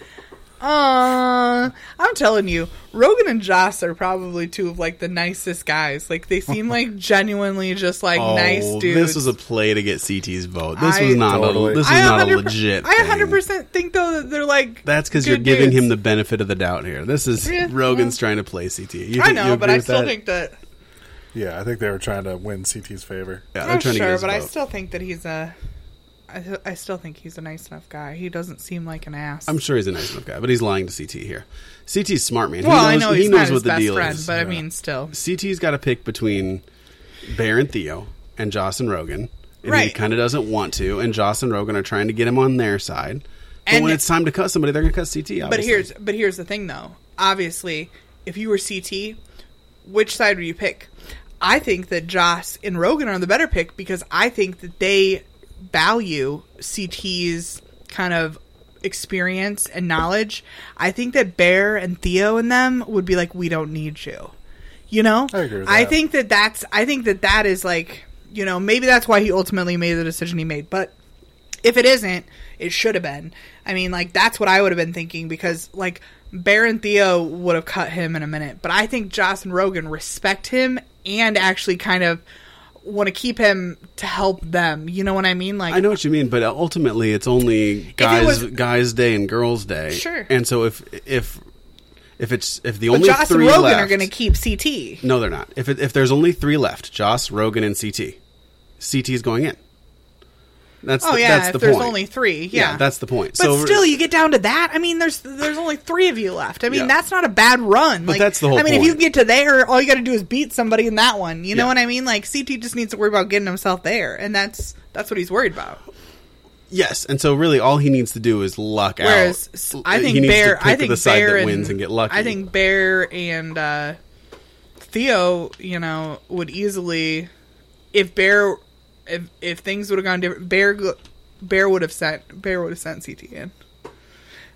Uh, I'm telling you, Rogan and Joss are probably two of like the nicest guys. Like they seem like genuinely just like nice dudes. Oh, This was a play to get CT's vote. This I- was not Totally. a this was I not a 100% legit. I thing. 100 percent think though that they're like That's because you're good giving dudes. him the benefit of the doubt here. This is Yeah, Rogan's trying to play CT. You I think- you know, but agree I with still that? think that. yeah, I think they were trying to win CT's favor. Yeah, they're I'm trying to get sure, his but I vote. still think that he's a. I, th- I still think he's a nice enough guy. He doesn't seem like an ass. I'm sure he's a nice enough guy, but he's lying to CT here. CT's smart man. He well, I knows- know he he's knows not what his the best deal friend, is. but I mean, still, CT's got to pick between Bear and Theo and Joss and Rogan, and he Right. kind of doesn't want to. And Joss and Rogan are trying to get him on their side. But And- when it's time to cut somebody, they're going to cut CT. Obviously. But here's but here's the thing though. Obviously, if you were CT, which side would you pick? I think that Joss and Rogan are the better pick because I think that they value CT's kind of experience and knowledge. I think that Bear and Theo and them would be like, we don't need you. You know, I agree with I that. think that that's. I think that that is like, you know, maybe that's why he ultimately made the decision he made. But if it isn't, it should have been. I mean, like that's what I would have been thinking because like Baron Theo would have cut him in a minute, but I think Joss and Rogan respect him and actually kind of want to keep him to help them. You know what I mean? Like I know what you mean, but ultimately, it's only guys was- guys day and girls day. Sure. And so if if if it's if the but only Joss and three Rogan left, are going to keep CT. no, they're not. If it, if there's only three left, Joss, Rogan, and CT, CT is going in. That's Oh the, yeah, that's if the there's point. only three, yeah. that's the point. But so still, you get down to that. I mean, there's there's only three of you left. I mean, Yeah. that's not a bad run. But like, that's the whole I mean, if point. you get to there, all you got to do is beat somebody in that one. You know Yeah. what I mean? Like CT just needs to worry about getting himself there, and that's that's what he's worried about. yes, and so really, all he needs to do is luck Whereas s- out. I He think needs to Bear, I pick think the side Bear that and, wins and get lucky. I think Bear and uh, Theo, you know, would easily if Bear if if things would have gone different, Bear go- Bear would have sent Bear would have sent CT in.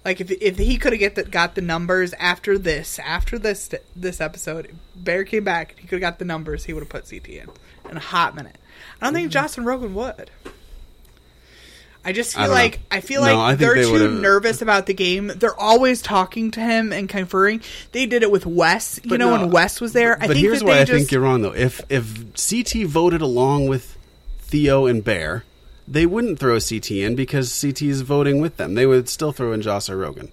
Like if if he could have get the, got the numbers after this after this this episode, Bear came back and he could have got the numbers, he would have put CT in in a hot minute. I don't think Mm-hmm. Jocelyn Rogan would. I just I feel don't know. like I feel No, like I think they're they too would've- nervous about the game. They're always talking to him and conferring. They did it with Wes, you But know, no, when Wes was there. I but think here's that why they I just, think you're wrong, though. If if CT voted along with Theo and Bear, they wouldn't throw CT in because CT is voting with them. They would still throw in Joss or Rogan.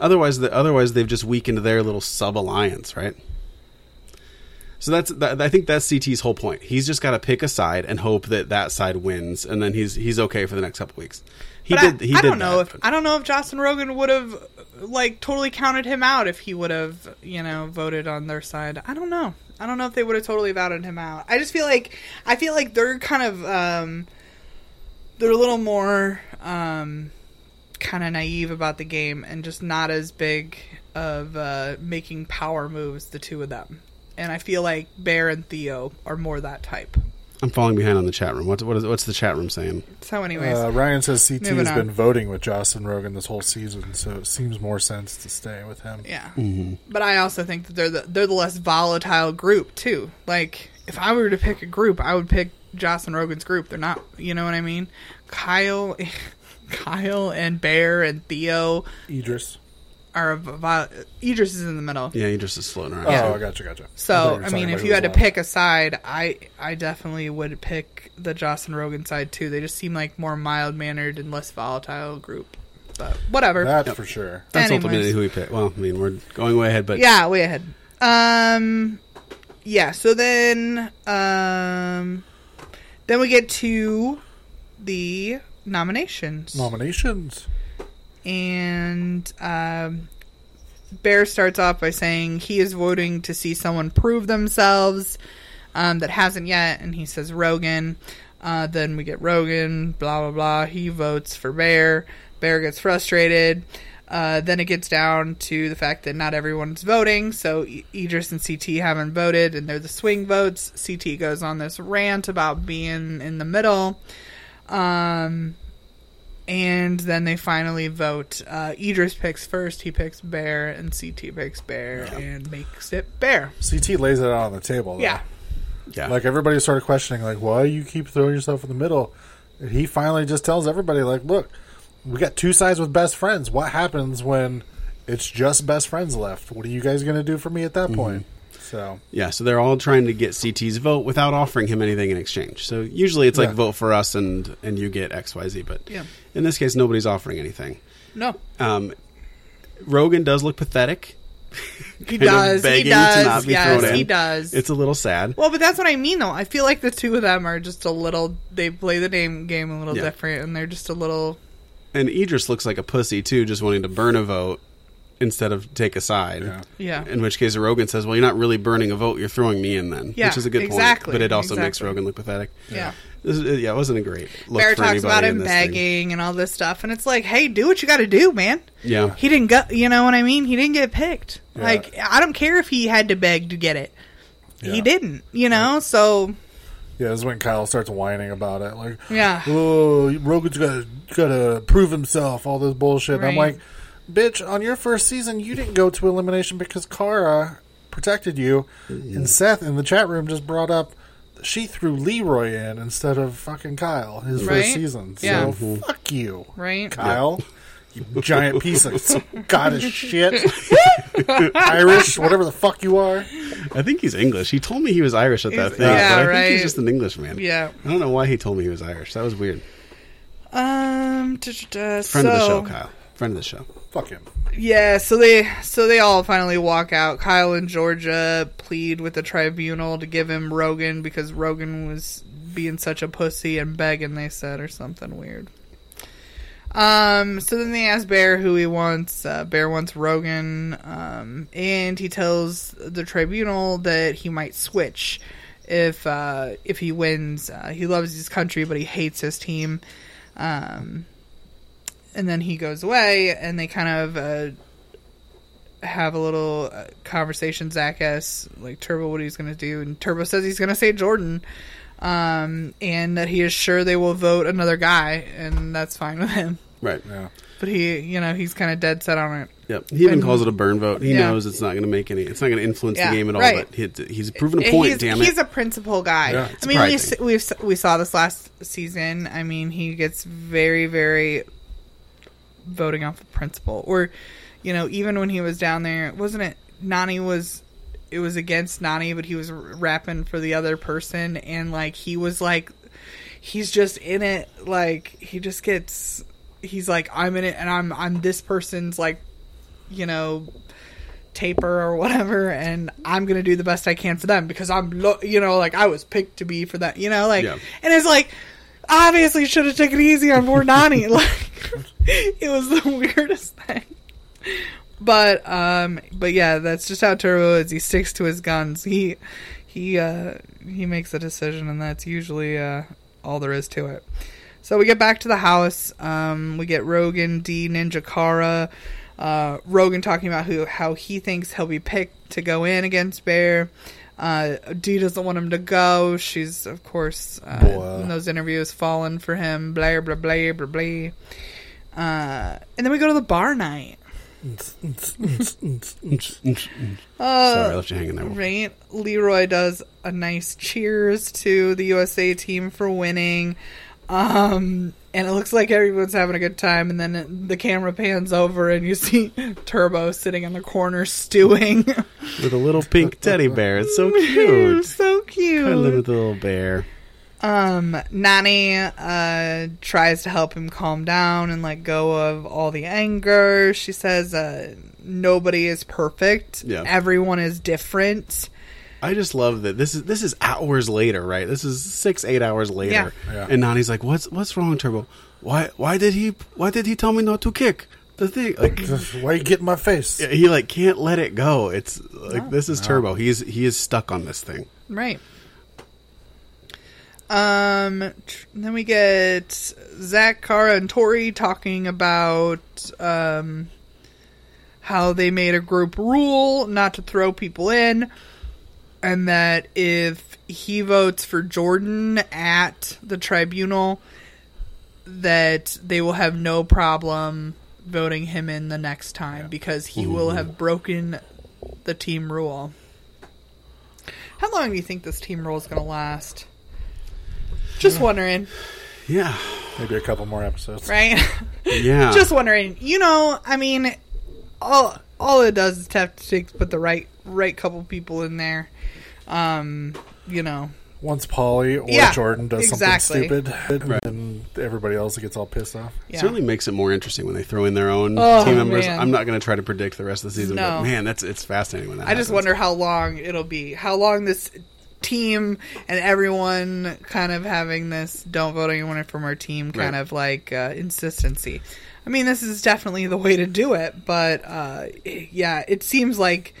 Otherwise, the, otherwise they've just weakened their little sub alliance, right? So that's that, I think that's CT's whole point. He's just got to pick a side and hope that that side wins, and then he's he's okay for the next couple weeks. He but did. I, he I did don't know that. if I don't know if Jocelyn Rogan would have like totally counted him out if he would have you know voted on their side. I don't know. I don't know if they would have totally voted him out. I just feel like I feel like they're kind of um, they're a little more um, kind of naive about the game and just not as big of uh, making power moves. The two of them, and I feel like Bear and Theo are more that type. I'm falling behind on the chat room. What's what is, what's the chat room saying? So, anyways, Uh, Ryan says CT Moving has on. been voting with Jocelyn Rogan this whole season, so it seems more sense to stay with him. Yeah. Mm-hmm. But I also think that they're the they're the less volatile group too. Like if I were to pick a group, I would pick Joss and Rogan's group. They're not, you know what I mean? Kyle, Kyle and Bear and Theo Idris. are a vol- Idris is in the middle. Yeah, Idris is floating around. Oh, I gotcha, gotcha. So thought you were I talking mean, if about you had who to was left. pick a side, I I definitely would pick the Joss and Rogan side too. They just seem like more mild mannered and less volatile group. But whatever. that for sure. That's Anyways. ultimately who we pick. Well, I mean, we're going way ahead, but yeah, way ahead. Um, yeah. So then, um, then we get to the nominations, Nominations. and um, Bear starts off by saying he is voting to see someone prove themselves um, that hasn't yet, and he says Rogan. Uh, then we get Rogan, blah blah blah. He votes for Bear. Bear gets frustrated. Uh, then it gets down to the fact that not everyone's voting, so I- Idris and CT haven't voted, and they're the swing votes. CT goes on this rant about being in the middle, um, and then they finally vote. Uh, Idris picks first. He picks Bear, and CT picks Bear, and makes it Bear. CT lays it out on the table. Though. Yeah. yeah. Like everybody started questioning, like, why you keep throwing yourself in the middle? And he finally just tells everybody, like, look, we got two sides with best friends. What happens when it's just best friends left? What are you guys going to do for me at that point? So Yeah, so they're all trying to get CT's vote without offering him anything in exchange. So usually it's like Yeah. vote for us and and you get X Y Z, but Yeah. in this case nobody's offering anything. No, Um, Rogan does look pathetic. He kind of does. He begging to does. not be Yes, thrown he in. does. It's a little sad. well, but that's what I mean, though. I feel like the two of them are just a little. They play the name game a little Yeah. different, and they're just a little. And Idris looks like a pussy too, just wanting to burn a vote instead of take a side. Yeah. Yeah. In which case Rogan says, "Well, you're not really burning a vote, you're throwing me in then." Yeah, which is a good exactly, point, but it also makes exactly. Rogan look pathetic. Yeah. This is, yeah, it wasn't a great look Bear for talks anybody about in him this thing. begging and all this stuff, and it's like, hey, do what you got to do, man. Yeah. He didn't go. You know what I mean? He didn't get picked. Yeah. Like I don't care if he had to beg to get it. He Yeah. didn't. You know. So Yeah, this is when Kyle starts whining about it. Like, Yeah. oh, Rogan's got gotta prove himself. All this bullshit. And I'm Right. like, bitch, on your first season, you didn't go to elimination because Kara protected you, and Seth in the chat room just brought up that she threw Leroy in instead of fucking Kyle his Right? first season. So Yeah. fuck you, Right. Kyle. You giant piece of Scottish shit, Irish, whatever the fuck you are. I think he's English. He told me he was Irish at that He's- thing, yeah, but I think right. he's just an Englishman. Yeah. I don't know why he told me he was Irish. That was weird. um, duh, duh, duh, Friend of the so- show, Kyle. Friend of the show. Fuck him. Yeah, so they so they all finally walk out. Kyle and Georgia plead with the tribunal to give him Rogan because Rogan was being such a pussy and begging. They said or something weird. Um, so then they ask Bear who he wants. Uh, Bear wants Rogan, um, and he tells the tribunal that he might switch if uh, if he wins. Uh, he loves his country, but he hates his team. Um, and then he goes away, and they kind of uh, have a little uh, conversation. Zach asks like Turbo what he's going to do, and Turbo says he's going to say Jordan, um, and that he is sure they will vote another guy, and that's fine with him. Right. Yeah. But he, you know, he's kind of dead set on it. Yep. He even calls it a burn vote. He Yeah. knows it's not going to make any. It's not going to influence Yeah, the game at all. right. But he, he's proven a point. he's, damn he's it. a principal guy. Yeah. I mean, we s- Surprising. we s- we saw this last season. I mean, he gets very very voting off the principal, or you know, even when he was down there, wasn't it? Nani was it was against Nani, but he was r- rapping for the other person, and like he was like he's just in it. Like he just gets he's like I'm in it, and I'm I'm this person's like you know taper or whatever and i'm gonna do the best i can for them because i'm lo- you know like i was picked to be for that you know like Yeah. and it's like obviously should have taken it easy on poor nani like it was the weirdest thing but um but yeah that's just how turbo is he sticks to his guns he he uh he makes a decision and that's usually uh all there is to it So we get back to the house. Um, we get Rogan, D, Ninja Kara. Uh, Rogan talking about who how he thinks he'll be picked to go in against Bear. Uh, D doesn't want him to go. She's of course uh, Boy. in those interviews falling for him. Blah blah blah blah blah. Uh, and then we go to the bar night. Uh, Sorry, I left you hanging there. Right. Leroy does a nice cheers to the USA team for winning. Um, and it looks like everyone's having a good time. And then it, the camera pans over and you see Turbo sitting in the corner stewing. With a little pink teddy bear. It's so cute. so cute. I live with a little bear. Um, Nani uh, tries to help him calm down and let go of all the anger. She says, uh, "Nobody is perfect. Yeah. Everyone is different." I just love that this is this is hours later, right? This is six eight hours later, Yeah. Yeah. and Nani's like, "What's what's wrong, Turbo? Why why did he why did he tell me not to kick the thing?" Like Why you get in my face? he like can't let it go. It's like this is Turbo. He's he is stuck on this thing. Right. Um. tr- Then we get Zach, Kara, and Tori talking about um how they made a group rule not to throw people in, and that if he votes for Jordan at the tribunal, that they will have no problem voting him in the next time because he will have broken the team rule. How long do you think this team roll is going to last? Just wondering, Yeah, Maybe a couple more episodes. right? yeah. Just wondering. You know, I mean, all all it does is have to take- put the right right couple people in there. Um, you know, Once Polly or Yeah, Jordan does exactly. something stupid, then everybody else gets all pissed off. yeah. Certainly makes it more interesting when they throw in their own Oh, team members. man. I'm not going to try to predict the rest of the season, but No. man, that's it's fascinating. When that I just happens. wonder how long it'll be. How long this team and everyone kind of having this don't vote anyone from our team kind Right. of like uh, insistency. I mean, this is definitely the way to do it, but uh, it- yeah, it seems like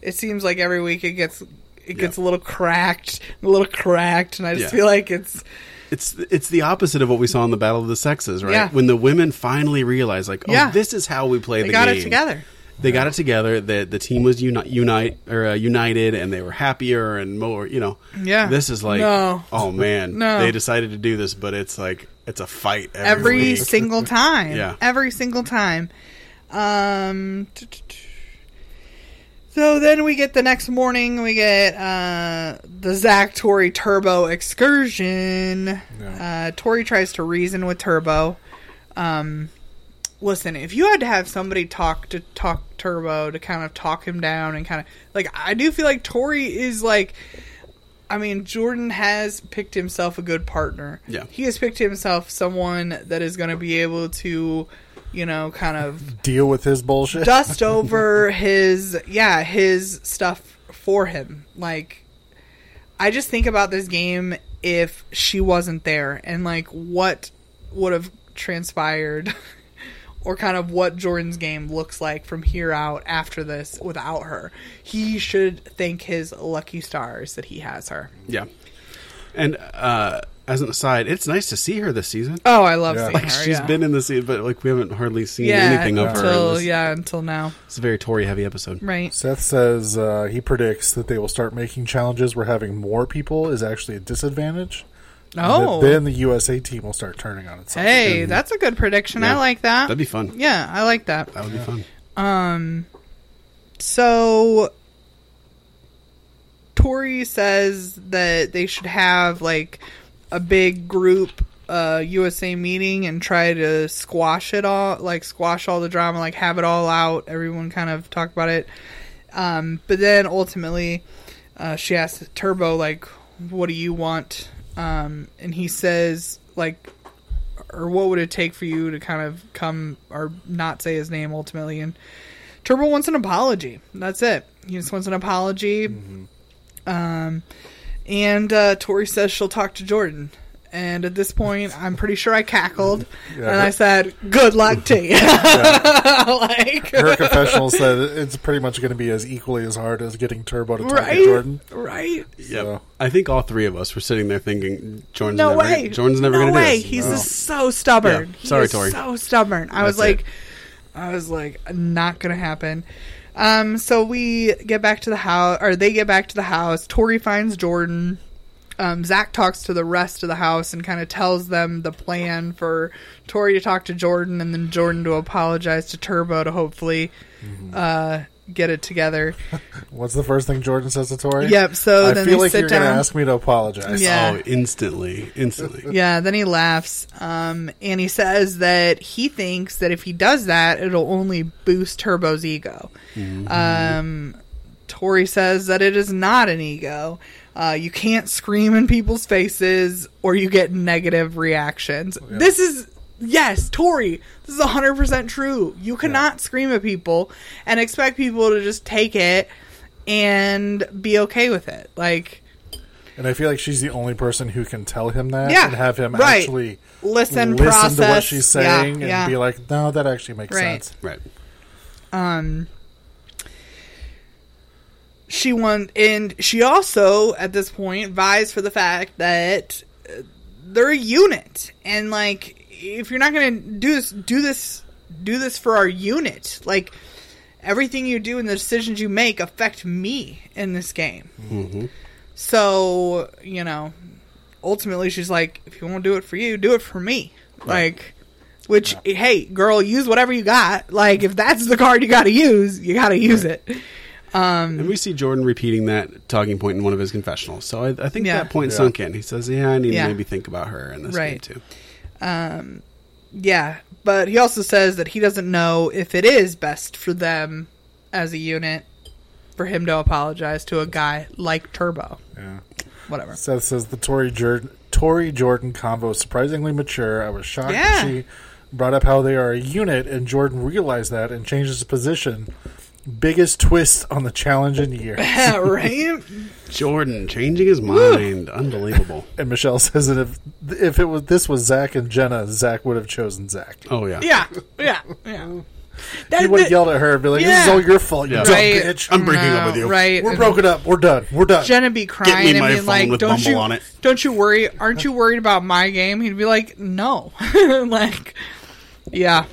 it seems like every week it gets it gets a little cracked, a little cracked, and I just Yeah. feel like it's it's it's the opposite of what we saw in the Battle of the Sexes, right? Yeah. When the women finally realized, like, oh, Yeah. this is how we play they the got game. it together. They got it together. That the team was uni- unite or uh, united, and they were happier and more. You know, Yeah. This is like, No. oh man, No. they decided to do this, but it's like it's a fight every, every week. single time. Yeah. Every single time. Um, t- t- t- so then we get the next morning, we get uh, the Zach Tory Turbo excursion. Yeah. Uh, Tory tries to reason with Turbo. Um, listen, if you had to have somebody talk to talk Turbo to kind of talk him down and kind of like, I do feel like Tory is like. I mean, Jordan has picked himself a good partner. Yeah. He has picked himself someone that is going to be able to, you know, kind of Deal with his bullshit. dust over his yeah his stuff for him like i just think about this game if she wasn't there and like what would have transpired or kind of what jordan's game looks like from here out after this without her he should thank his lucky stars that he has her Yeah. And uh, as an aside, it's nice to see her this season. oh i love Yeah. seeing Like, her She's yeah. been in the season, but like we haven't hardly seen yeah, anything of her. in until this- yeah until now It's a very Tory heavy episode. right Seth says uh, he predicts that they will start making challenges where having more people is actually a disadvantage. and that oh Then the USA team will start turning on itself. hey that's a good prediction i Yeah. like that That'd be fun. Yeah, I like that. That would be fun. So Tori says that they should have like a big group uh USA meeting and try to squash it all, like squash all the drama, like have it all out, everyone kind of talk about it. Um but then ultimately uh she asks Turbo like what do you want? Um and he says like or what would it take for you to kind of come or not say his name ultimately and Turbo wants an apology. That's it. He just wants an Mm-hmm. apology. Um, and uh, Tori says she'll talk to Jordan, And at this point, I'm pretty sure I cackled, and Yeah. I said, "Good luck to you." like, Her confessional said it's pretty much going to be as equally as hard as getting Turbo to target right, Jordan. right. Yep. I think all three of us were sitting there thinking, Jordan's No never, way. Jordan's never no going to do way. this. Oh. He's No. just so stubborn. Yeah. He Sorry, is Tori. So stubborn. I was That's it. like, I was like, not gonna happen. Um, so we get back to the house, or they get back to the house. Tori finds Jordan. Um, Zach talks to the rest of the house and kind of tells them the plan for Tori to talk to Jordan and then Jordan to apologize to Turbo to hopefully Mm-hmm. uh, get it together. What's the first thing Jordan says to Tori? Yep, so I then feel they like sit you're gonna down. ask me to apologize. Yeah. Oh, instantly. Instantly. yeah, then he laughs. Um, and he says that he thinks that if he does that, it'll only boost Turbo's ego. Um, Tori says that it is not an ego. Uh, you can't scream in people's faces or you get negative reactions. This is. Yes, Tori, this is 100% true. You cannot scream at people and expect people to just take it and be okay with it. Like, And I feel like she's the only person who can tell him that Yeah, and have him right. actually Listen, listen to what process. she's Yeah, saying and yeah. be like, no, that actually makes Right. sense. Right. she won and she also at this point vies for the fact that uh, they're a unit and like if you're not going to do this do this do this for our unit like everything you do and the decisions you make affect me in this game so you know ultimately she's like if you won't do it for you do it for me like which hey girl use whatever you got like if that's the card you got to use you got to use it And we see Jordan repeating that talking point in one of his confessionals. So I, I think Yeah. that point Yeah. sunk in. He says, "Yeah, I need Yeah. to maybe think about her in this Right. game too." Yeah, but he also says that he doesn't know if it is best for them as a unit for him to apologize to a guy like Turbo. Yeah. Whatever. Seth says the Tory Jordan Tory Jordan combo is surprisingly mature. I was shocked Yeah. when she brought up how they are a unit, and Jordan realized that and changed his position. Biggest twist on the challenge in years. Yeah, right? Jordan changing his mind, unbelievable. And Michelle says that if if it was this was Zach and Jenna, Zach would have chosen Zach. Oh yeah, yeah, yeah, yeah. He That, would have that- yelled at her, and be like, "This is Yeah. all your fault, you Yeah. dumb Right. bitch. I'm breaking up with No, you. Right. We're and broken up. We're done. We're done." Jenna be crying my and being phone like, with "Don't Bumble you, on it." don't you worry? Aren't you worried about my game?" He'd be like, "No." like, yeah,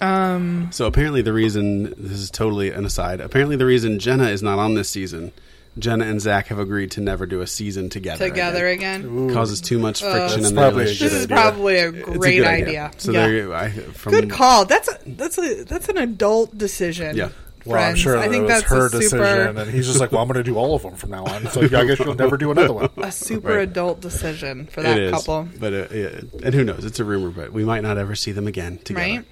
So apparently, the reason this is totally an aside. Apparently, the reason Jenna is not on this season, Jenna and Zach have agreed to never do a season together. together again. again. causes too much friction That's in their probably a relationship. This is idea. probably a It's a great good idea. So Yeah. there, you- I, from Good call. That's a that's a that's an adult decision. Yeah. Well, I'm friends. sure I that think was that's her a decision, super and he's just like, "Well, I'm going to do all of them from now on." So yeah, I guess you'll never do another one. a super Right. adult decision for It that is, couple. but uh, yeah, and who knows? It's a rumor, but we might not ever see them again together. Right.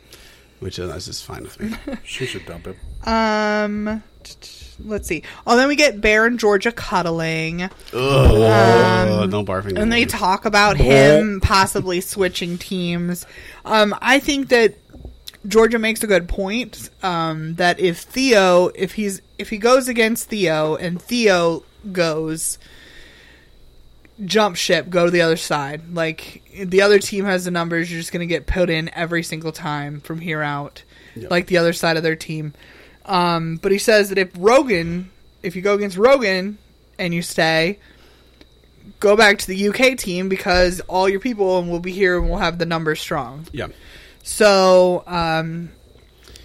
Which is that's just fine with me. She should dump him. Um t- t- let's see. Oh, then we get Bear and Georgia cuddling Ugh, no barfing. Um, and they talk about him possibly switching teams. Um I think that Georgia makes a good point um that if Theo if he's if he goes against Theo and Theo goes jump ship, go to the other side. Like the other team has the numbers, you're just going to get put in every single time from here out. Like the other side of their team. Um, but he says that if Rogan, if you go against Rogan and you stay, go back to the UK team because all your people will be here and we'll have the numbers strong. Yeah. So, um,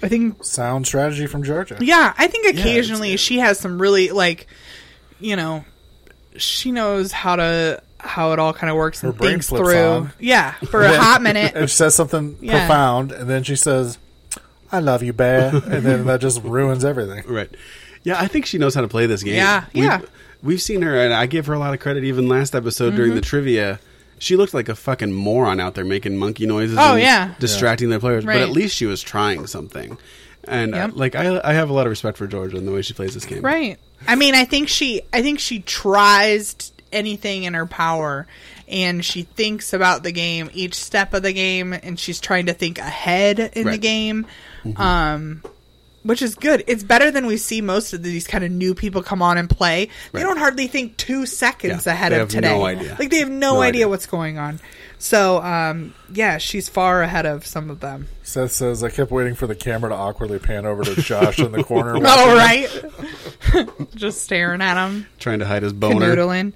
I think Sound strategy from Georgia. yeah, I think occasionally it's- she has some really like, you know, she knows how to how it all kind of works and brain thinks flips through. on. Yeah, for a hot minute. And she says something Yeah. profound, and then she says, "I love you, Bear," and then that just ruins everything. Right. Yeah, I think she knows how to play this game. Yeah, We've- yeah. We've seen her, and I give her a lot of credit. Even last episode during Mm-hmm. the trivia, she looked like a fucking moron out there making monkey noises. Oh, and yeah. distracting their players. But Right. at least she was trying something. And uh, Yep. like I, I have a lot of respect for Georgia and the way she plays this game. Right. I mean, I think she I think she tries t- anything in her power and she thinks about the game each Mm-hmm. step of the game and she's trying to think ahead in the Right. game. Um which is good. It's better than we see most of these kind of new people come on and play. They Right. don't hardly think two seconds Yeah, ahead they of have today. no idea. Like they have no, No idea, idea. what's going on. So um, yeah, she's far ahead of some of them. Seth says, I kept waiting for the camera to awkwardly pan over to Josh in the corner. All right, just staring at him, Trying to hide his boner. canoodling.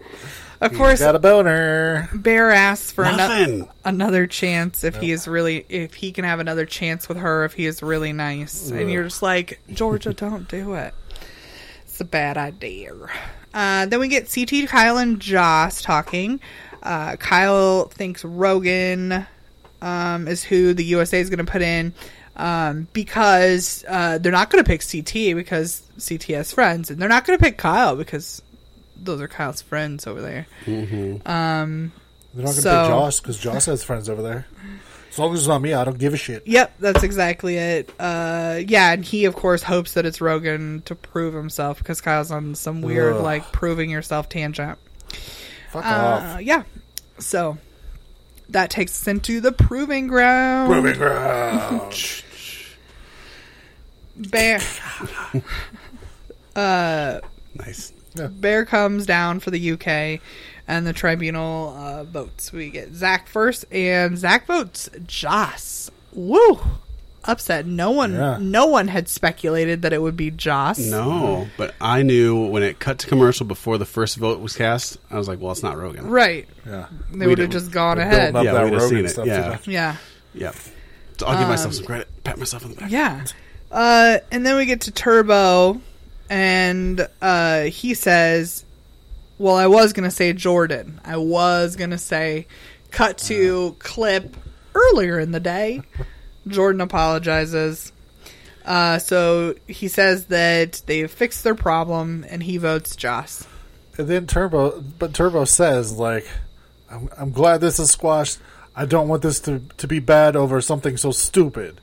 Of course, Got a boner. Bear asks for another Nothing. another chance if he is really if he can have another chance with her if he is really nice. And you're just like, Georgia, don't do it. It's a bad idea. Uh, then we get CT Kyle and Joss talking. Uh, Kyle thinks Rogan um, is who the USA is going to put in um, because uh, they're not going to pick CT because CT has friends, and they're not going to pick Kyle because those are Kyle's friends over there. They're not going to So- pick Joss because Joss has friends over there. As long as it's not me, I don't give a shit. Yep, that's exactly it. Uh, yeah, and he of course hopes that it's Rogan to prove himself because Kyle's on some weird Ugh. like proving yourself tangent. Fuck Uh, off. yeah, so that takes us into the proving ground. Proving ground. Bear Nice. Bear comes down for the UK, and the tribunal uh, votes. We get Zach first, and Zach votes Joss. Woo! Upset. No one, Yeah. no one had speculated that it would be Joss. No, but I knew when it cut to commercial before the first vote was cast, I was like, well, it's not Rogan. Right. yeah. They would have didn't- just gone Building ahead. up Yeah, that we'd have Rogan seen it, stuff. yeah. too much. Yeah. Yep. So I'll give myself some credit. Pat myself on the back. Um, Yeah. Uh, and then we get to Turbo, and uh, he says, Well, I was going to say Jordan. I was going to say, cut to Uh. clip earlier in the day. Jordan apologizes. Uh, so he says that they fixed their problem, and he votes Joss. And then Turbo, but Turbo says, like, I'm, I'm glad this is squashed. I don't want this to, to be bad over something so stupid.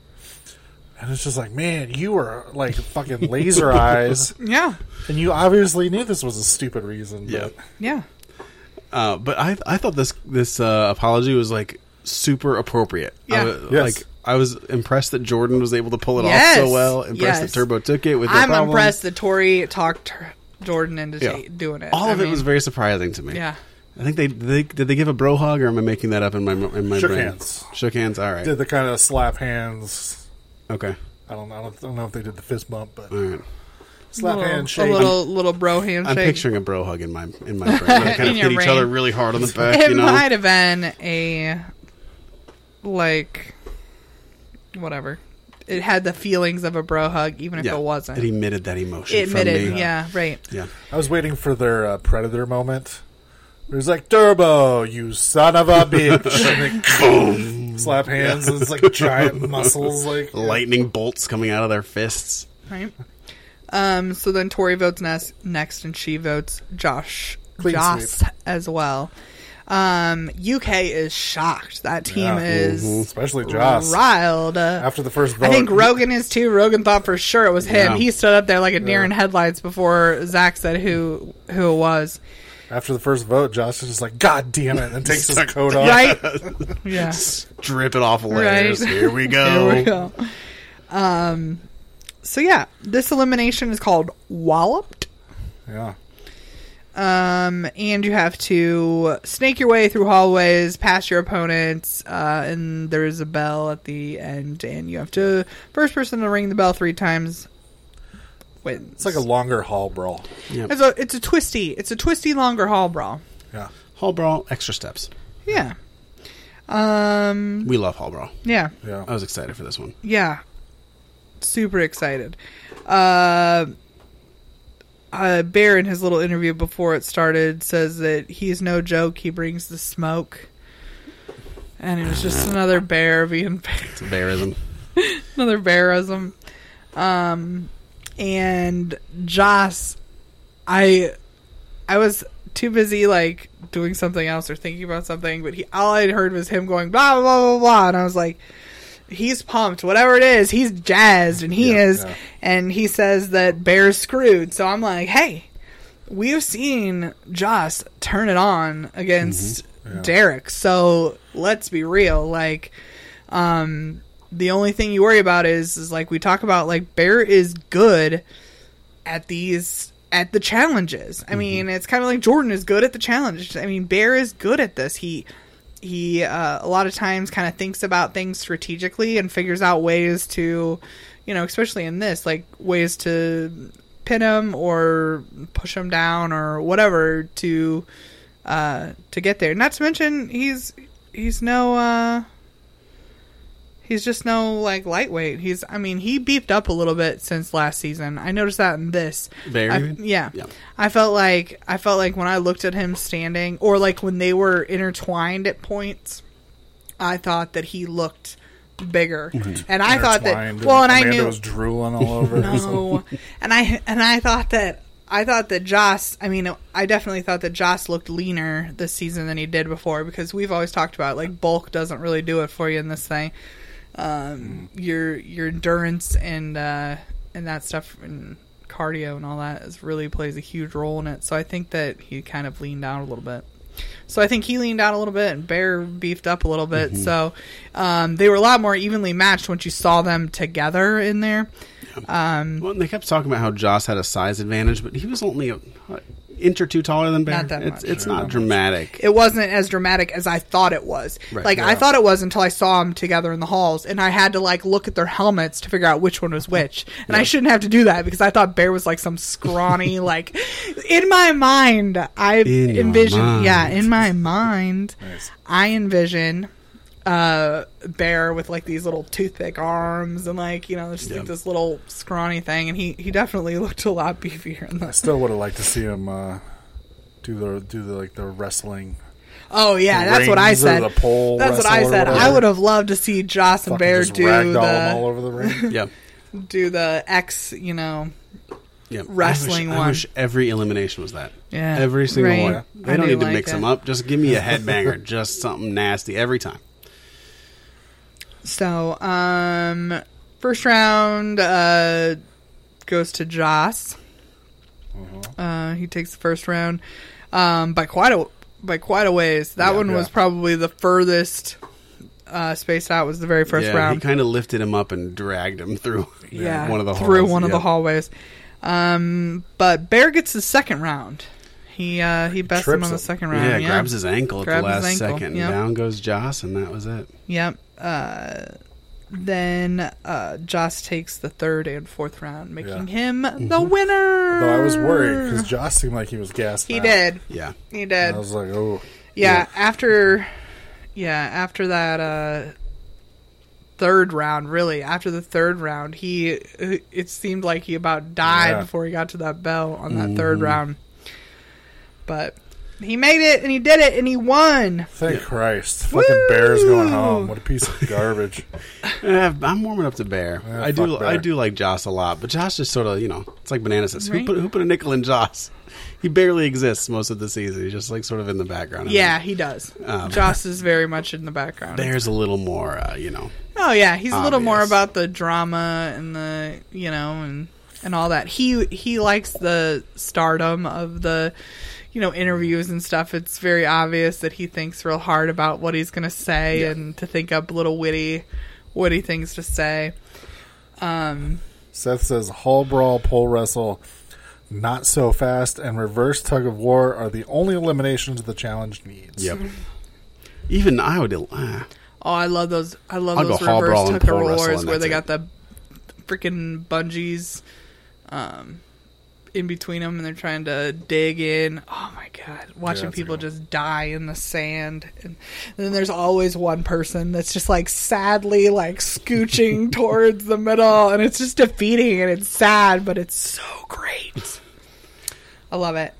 And it's just like, man, you were like fucking laser eyes. Yeah. And you obviously knew this was a stupid reason. but- Yeah. Yeah. Uh, but I I thought this this uh, apology was like super appropriate. Yeah. I was, Yes. Like I was impressed that Jordan was able to pull it Yes. off so well. Impressed Yes. that Turbo took it with no I'm problem. impressed that Tori talked Jordan into Yeah. ta- doing it. All I of it mean, was very surprising to me. Yeah. I think they, they did they give a bro hug or am I making that up in my in my Shook brain? hands. Shook hands. All right. Did the kind of slap hands. okay. I don't, I don't, I don't know if they did the fist bump, but All right. slap little- hand A shake. little little bro handshake. I'm picturing a bro hug in my in my brain. They kind In of your hit each other brain. really hard on the back. it you know. might have been a like whatever. It had the feelings of a bro hug, even if yeah. it wasn't. It emitted that emotion. it From admitted, me. yeah, right. Yeah. I was waiting for their uh, predator moment. It was like Turbo, you son of a bitch! and then boom, slap hands. And it's like giant muscles, like Lightning bolts coming out of their fists. Right. Um. So then Tori votes next, next and she votes Josh, Clean Joss sweep. as well. Um. UK is shocked. That team Yeah. is Especially Joss. riled. After the first vote, I think Rogan is too. Rogan thought for sure it was him. Yeah. He stood up there like a deer in headlights before Zach said who who it was. after the first vote, Josh is just like, "God damn it!" and takes his coat off. Right? yeah. Drip it off layers. Right. Here we go. There we go. Um, so yeah, this elimination is called walloped. Yeah, Um, and you have to snake your way through hallways, past your opponents, uh, and there is a bell at the end, and you have to first person to ring the bell three times wins. it's like a longer hall brawl. It's a it's a twisty. It's a twisty longer hall brawl. Yeah, Hall brawl, extra steps. Yeah. Um. We love hall brawl. Yeah. yeah. I was excited for this one. Yeah. Super excited. Uh. Uh, Bear in his little interview before it started says that he's no joke. He brings the smoke, and it was just another bear being It's a bearism. another bearism. Um, and Joss, I, I was too busy like doing something else or thinking about something, but he all I heard was him going blah blah blah blah, blah and I was like, he's pumped, whatever it is, he's jazzed, and he Yeah, is, yeah. and he says that Bear's screwed, so I'm like, hey. We've seen Joss turn it on Mm-hmm. against Derek, so let's be real. Like, um, the only thing you worry about is is like we talk about like Bear is good at these at the challenges. I mean, it's kind of like Jordan is good at the challenge. I mean, Bear is good at this. He he uh, a lot of times kind of thinks about things strategically and figures out ways to, you know, especially in this, like ways to pin him or push him down or whatever to uh to get there. Not to mention he's he's no uh He's just no like lightweight. He's I mean, he beefed up a little bit since last season. I noticed that in this. Bear, I- you mean? yeah. Yeah. I felt like I felt like when I looked at him standing or like when they were intertwined at points, I thought that he looked bigger. And I thought that Mm-hmm. Intertwined, well, and I Amanda knew was drooling all over. no. and I and I thought that I thought that Joss. I mean, I definitely thought that Joss looked leaner this season than he did before because we've always talked about like bulk doesn't really do it for you in this thing. Um, your your endurance and uh, and that stuff and cardio and all that is really plays a huge role in it. So I think that he kind of leaned down a little bit. So I think he leaned out a little bit and Bear beefed up a little bit. So um, they were a lot more evenly matched once you saw them together in there. Mm. Well, and they kept talking about how Joss had a size advantage, but he was only an inch or two taller than Bear. Not that it's, much. It's not dramatic. it wasn't as dramatic as I thought it was. Right. like Yeah. I thought it was until I saw them together in the halls, and I had to like look at their helmets to figure out which one was which. And I shouldn't have to do that because I thought Bear was like some scrawny, like in my mind, I In your envision. mind. Yeah, in my mind, I envision uh bear with like these little toothpick arms and like you know just like this little scrawny thing and he he definitely looked a lot beefier in I this still would have liked to see him uh, do the do the like the wrestling. Oh yeah, that's what I rings or said. the pole that's what wrestle I or said. I whatever. would have loved to see Joss and Fucking Bear just do ragdoll him all the over the ring. yeah. do the X, you know. Yeah. I Wrestling wish, I one. wish every elimination was that. Yeah. Every single Right. one. Yeah. They I don't do need to like mix it. them up. Just give me a headbanger. just something nasty every time. So, um first round uh goes to Joss. Mm-hmm. Uh he takes the first round um by quite a by quite a ways. That one was yeah. probably the furthest uh spaced out was the very first yeah, round. he kind of lifted him up and dragged him through yeah, one of the through halls. one of Yeah. the hallways. Um, but Bear gets the second round. He uh, he bests him trips on the him. second round. Yeah, Yeah, grabs his ankle at the Grabs his last ankle, second. yeah. And down goes Joss, and that was it. Yep. Uh, then uh, Joss takes the third and fourth round, making Yeah. him the winner. Though I was worried because Josh seemed like he was gassed. he out. did. Yeah. He And did. I was like, oh, yeah, after yeah after that uh third round really after the third round he it seemed like he about died Yeah. before he got to that bell on that third round but he made it and he did it and he won thank Christ! Fucking bears going home. What a piece of garbage. Eh, I'm warming up to Bear. Yeah, I do. fuck Bear. I do like Joss a lot, but Joss just sort of, you know, it's like banana sits. Who Right. put who put a nickel in Joss? He barely exists most of the season. He's just like sort of in the background. yeah he does Mm-hmm. Um, joss is very much in the background Bear's a little more, uh, you know. oh yeah he's a little more Obvious. about the drama and the you know and and all that he he likes the stardom of the you know interviews and stuff it's very obvious that he thinks real hard about what he's going to say and to think up little witty witty things to say Um, Seth says hall brawl, pole wrestle, not so fast, and reverse tug of war are the only eliminations the challenge needs. Mm-hmm. Even I would. Uh, oh i love those i love I'll go those hall reverse brawl and tucker pole wrestle roars and where they that's got the freaking bungees um in between them and they're trying to dig in oh my god watching that's a people good one. just die in the sand and then there's always one person that's just like sadly like scooching towards the middle and it's just defeating and it's sad but it's so great i love it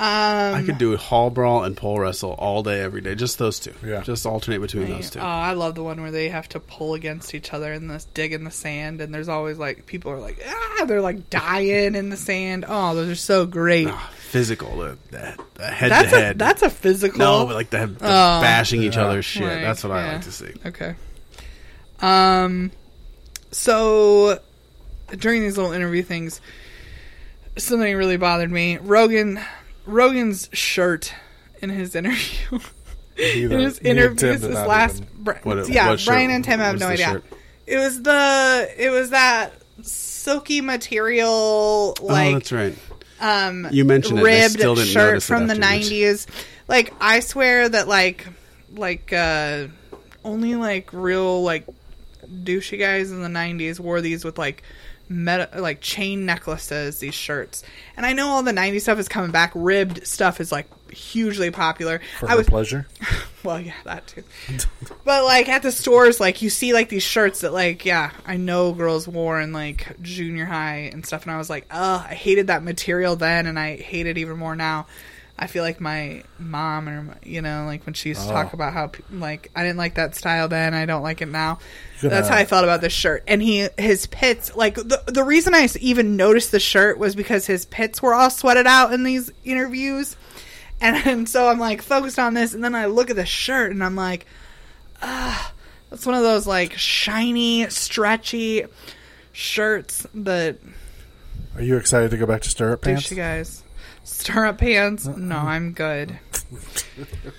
um I could do hall brawl and pole wrestle all day, every day. Just those two. Yeah. Just alternate between those two. Oh, I love the one where they have to pull against each other and this dig in the sand, and there's always like people are like ah, they're like dying in the sand. Oh, those are so great. Ah, physical. The, the, the head that's to a head. that's a physical. no, but like the, the bashing each other shit. Right, that's what I yeah. like to see. okay. Um, so during these little interview things, something really bothered me. Rogan, Rogan's shirt in his interview. He in either- his he and Tim interviews did this not last even- Bri- What- yeah what shirt? brian and tim have What's no the idea shirt? It was the it was that silky material like oh, that's right. Um, you mentioned it. I ribbed still didn't shirt notice it from the afterwards. nineties. Like I swear that like like uh only like real like douchey guys in the nineties wore these with like meta like chain necklaces, these shirts. And I know all the nineties stuff is coming back. Ribbed stuff is like hugely popular. for I her was pleasure. well, yeah, that too. but like at the stores, like you see like these shirts that like yeah, I know girls wore in like junior high and stuff, and I was like, oh, I hated that material then, and I hate it even more now. I feel like my mom, or my- you know, like when she used to Oh. talk about how pe- like I didn't like that style then, I don't like it now. You're gonna- That's how I felt about this shirt. And he his pits like the the reason I even noticed the shirt was because his pits were all sweated out in these interviews. And, and so I'm like focused on this, and then I look at the shirt and I'm like, ah, that's one of those like shiny, stretchy shirts that Are you excited to go back to stirrup pants? Uh-uh. douchey guys. Stirrup pants? No, I'm good.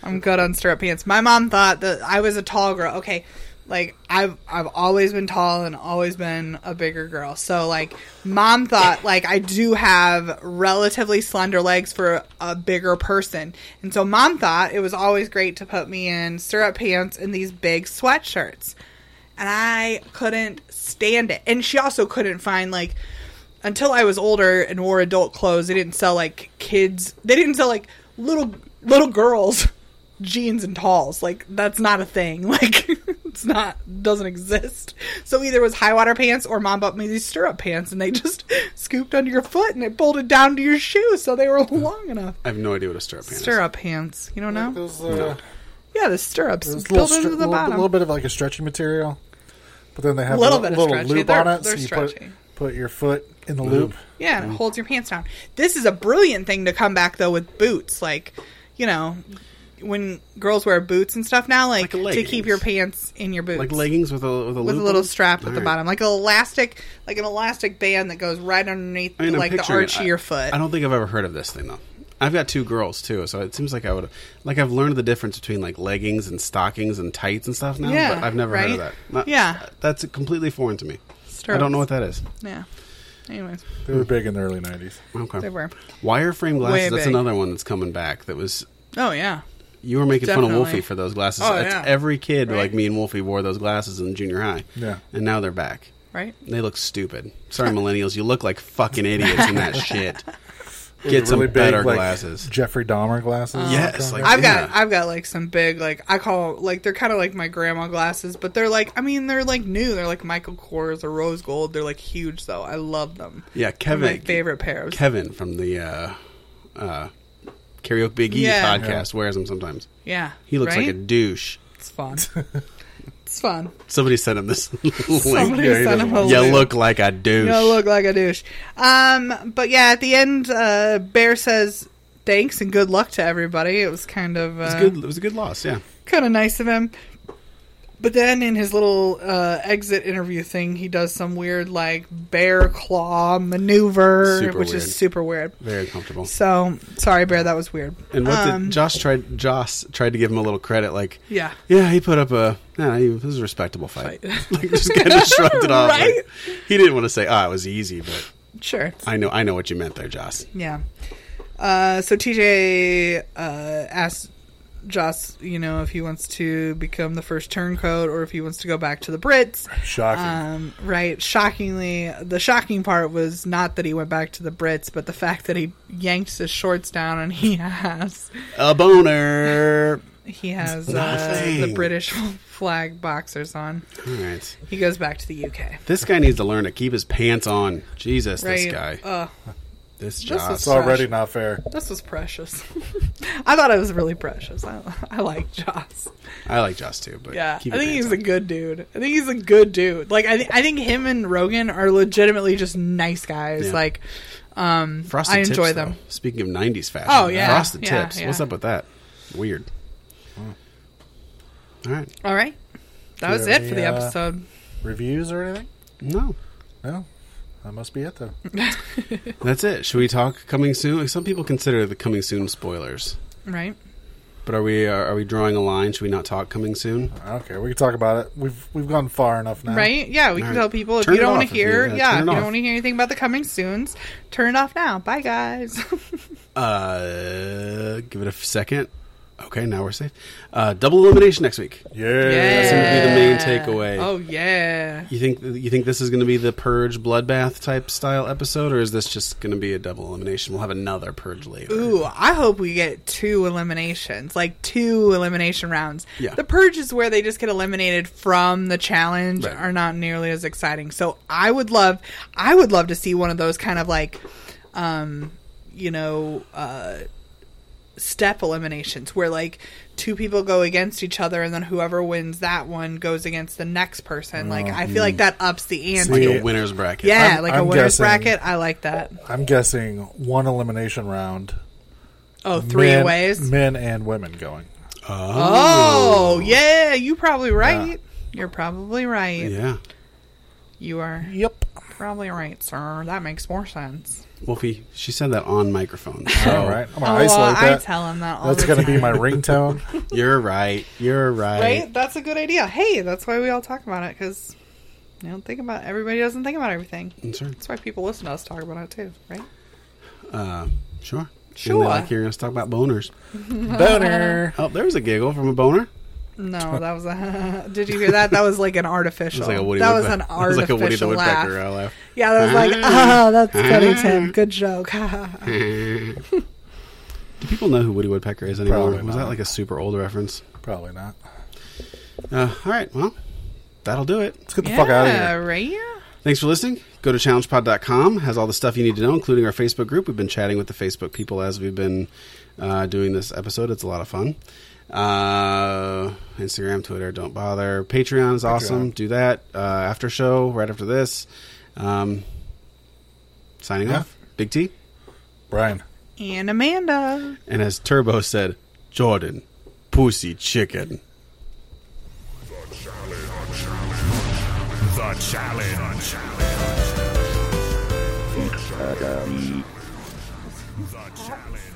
I'm good on stirrup pants. My mom thought that I was a tall girl. Okay, like I've I've always been tall and always been a bigger girl. So like, mom thought like I do have relatively slender legs for a bigger person, and so mom thought it was always great to put me in stirrup pants and these big sweatshirts and I couldn't stand it. And she also couldn't find like until I was older and wore adult clothes, they didn't sell like kids. They didn't sell like little little girls jeans and talls. Like that's not a thing. Like it's not doesn't exist. So either it was high water pants or mom bought me these stirrup pants and they just scooped under your foot and it bolted down to your shoe so they were long enough. I have no idea what a stirrup pan is. Stirrup pants. You don't know? Those, uh, Yeah, the stirrups those little built str- into the little, bottom. little bit of like a stretchy material, but then they have Little a bit of little stretchy. loop They're- on it, so they're you stretchy. put put your foot in the loop. Yeah, and it holds your pants down. This is a brilliant thing to come back though with boots, like you know, when girls wear boots and stuff now, like, Like to leggings. keep your pants in your boots, Like leggings with a with a, with a little strap at the Alright. bottom, like an elastic, like an elastic band that goes right underneath, I mean, I'm like the picturing arch it. of I- your foot. I don't think I've ever heard of this thing though. I've got two girls too, so it seems like I would like I've learned the difference between like leggings and stockings and tights and stuff now. Yeah, but I've never heard of right? that. Not- Yeah. that's completely foreign to me. I Stirrups. don't know what that is. Yeah. Anyways, They were big in the early '90s. Okay, they were. wireframe glasses. Way that's big. another one that's coming back. That was Oh yeah. you were making fun of Definitely. Wolfie for those glasses. Oh, that's yeah. every kid Right. like me and Wolfie wore those glasses in junior high. Yeah. and now they're back. Right. They look stupid. Sorry, millennials, you look like fucking idiots in that shit. They're Get some really big, better like, glasses. Jeffrey Dahmer glasses. Yes, like- Uh, I've Yeah. got I've got like some big like I call like they're kind of like my grandma glasses, but they're like I mean they're like new. They're like Michael Kors or rose gold. They're like huge though. I love them. Yeah, They're Kevin. my favorite pair. Of, Kevin from the uh, uh, Karaoke Big E Yeah. podcast wears them sometimes. yeah, He looks like right? a douche. It's fun. it's fun. Somebody sent him this link. Somebody yeah, he sent doesn't him a want- You link. look like a douche. You look like a douche. Um, but yeah, at the end, uh, Bear says thanks and good luck to everybody. It was kind of uh, it, was good, it was a good loss, yeah. kind of nice of him. But then in his little uh, exit interview thing, he does some weird like bear claw maneuver, Super which weird. is super weird. Very uncomfortable. So sorry, bear, that was weird. And what Um, did Josh tried? Josh tried to give him a little credit, like, Yeah. yeah, he put up a, nah, he, this is a respectable fight. Fight. like, just kind of shrugged it off. like, Right? he didn't want to say, ah, it was easy, but Sure. I know, I know what you meant there, Josh. Yeah. Uh, so TJ uh, asks Joss, you know, if he wants to become the first turncoat or if he wants to go back to the Brits. Shocking. Um, right. Shockingly, the shocking part was not that he went back to the Brits, but the fact that he yanked his shorts down and he has A boner. he has uh, Nothing. the British flag boxers on. All right. He goes back to the UK. This guy needs to learn to keep his pants on. Jesus, Right. this guy. Uh, this this Josh. it's already not fair. this was precious. I thought it was really precious. I, I like Joss. I like Josh too, but Yeah, I keep think your pants on. he's a good dude. I think he's a good dude. Like I, th- I think him and Rogan are legitimately just nice guys. Yeah. Like, um, Frosted I enjoy tips, them. though. Speaking of '90s fashion, Oh, yeah. frosted Yeah, tips. yeah. What's up with that? Weird. All right, All right, that was Yeah, it for the yeah. episode. Reviews or anything? no, No. That must be it though. that's it. Should we talk coming soon? Like, some people consider the coming soon spoilers, Right? But are we uh, are, are we drawing a line? Should we not talk coming soon? I don't care. We can talk about it. We've we've gone far enough now. Right? Yeah, we All can right. tell people if Turn you it don't want off to if you- hear, yeah, turn yeah, if it you don't off. want to hear anything about the coming soons, turn it off now. Bye, guys. Uh, give it a second. Okay, now we're safe. Uh, double elimination next week. Yeah. That's gonna be the main takeaway. Oh yeah. You think you think this is going to be the purge bloodbath type style episode, or is this just going to be a double elimination? We'll have another purge later. Ooh, I hope we get two eliminations, like two elimination rounds. Yeah. The purge is where they just get eliminated from the challenge Right. are not nearly as exciting. So I would love, I would love to see one of those kind of like, um, you know, uh, step eliminations where like two people go against each other and then whoever wins that one goes against the next person. Like I feel like that ups the It's ante. like a Yeah. winner's bracket. yeah, Mm-hmm. I'm- like a I'm winner's guessing- bracket. I like that. I'm guessing one elimination round. Oh, three men, ways. Men and women going. Oh, yeah, you probably right. You're probably right. yeah. You are Yep. probably right, sir. That makes more sense. Wolfie, she said that on microphone. All So right. I'm Oh, gonna isolate I that. tell him that all That's the gonna time. be my ringtone. You're right. You're right. right. That's a good idea. Hey, that's why we all talk about it because you don't think about everybody doesn't think about everything. That's right. That's why people listen to us talk about it too, right? Uh, sure. And Sure. they like hearing us talk about boners. Boner. Oh, there was a giggle from a boner. No, that was a. did you hear that? That was like an artificial. It was like a Woody Oh, that was Woodpecker. it an was artificial like a Woody the laugh. Woodpecker uh, laugh. Yeah, that was like, Ah. ah, that's funny, Ah. Tim. Good joke. Do people know who Woody Woodpecker is anymore? Probably was not. that like a super old reference? Probably not. Uh, all right. Well, that'll do it. Let's get the fuck out of Yeah, here. right? Thanks for listening. Go to challengepod.com. Has all the stuff you need to know, including our Facebook group. We've been chatting with the Facebook people as we've been uh, doing this episode. It's a lot of fun. Uh, Instagram, Twitter, don't bother. Patreon is awesome. Do that. Uh, after show, right after this. Um, signing Yeah. off. Big T. Brian. and Amanda. And as Turbo said, Jordan, pussy chicken. The challenge. The challenge.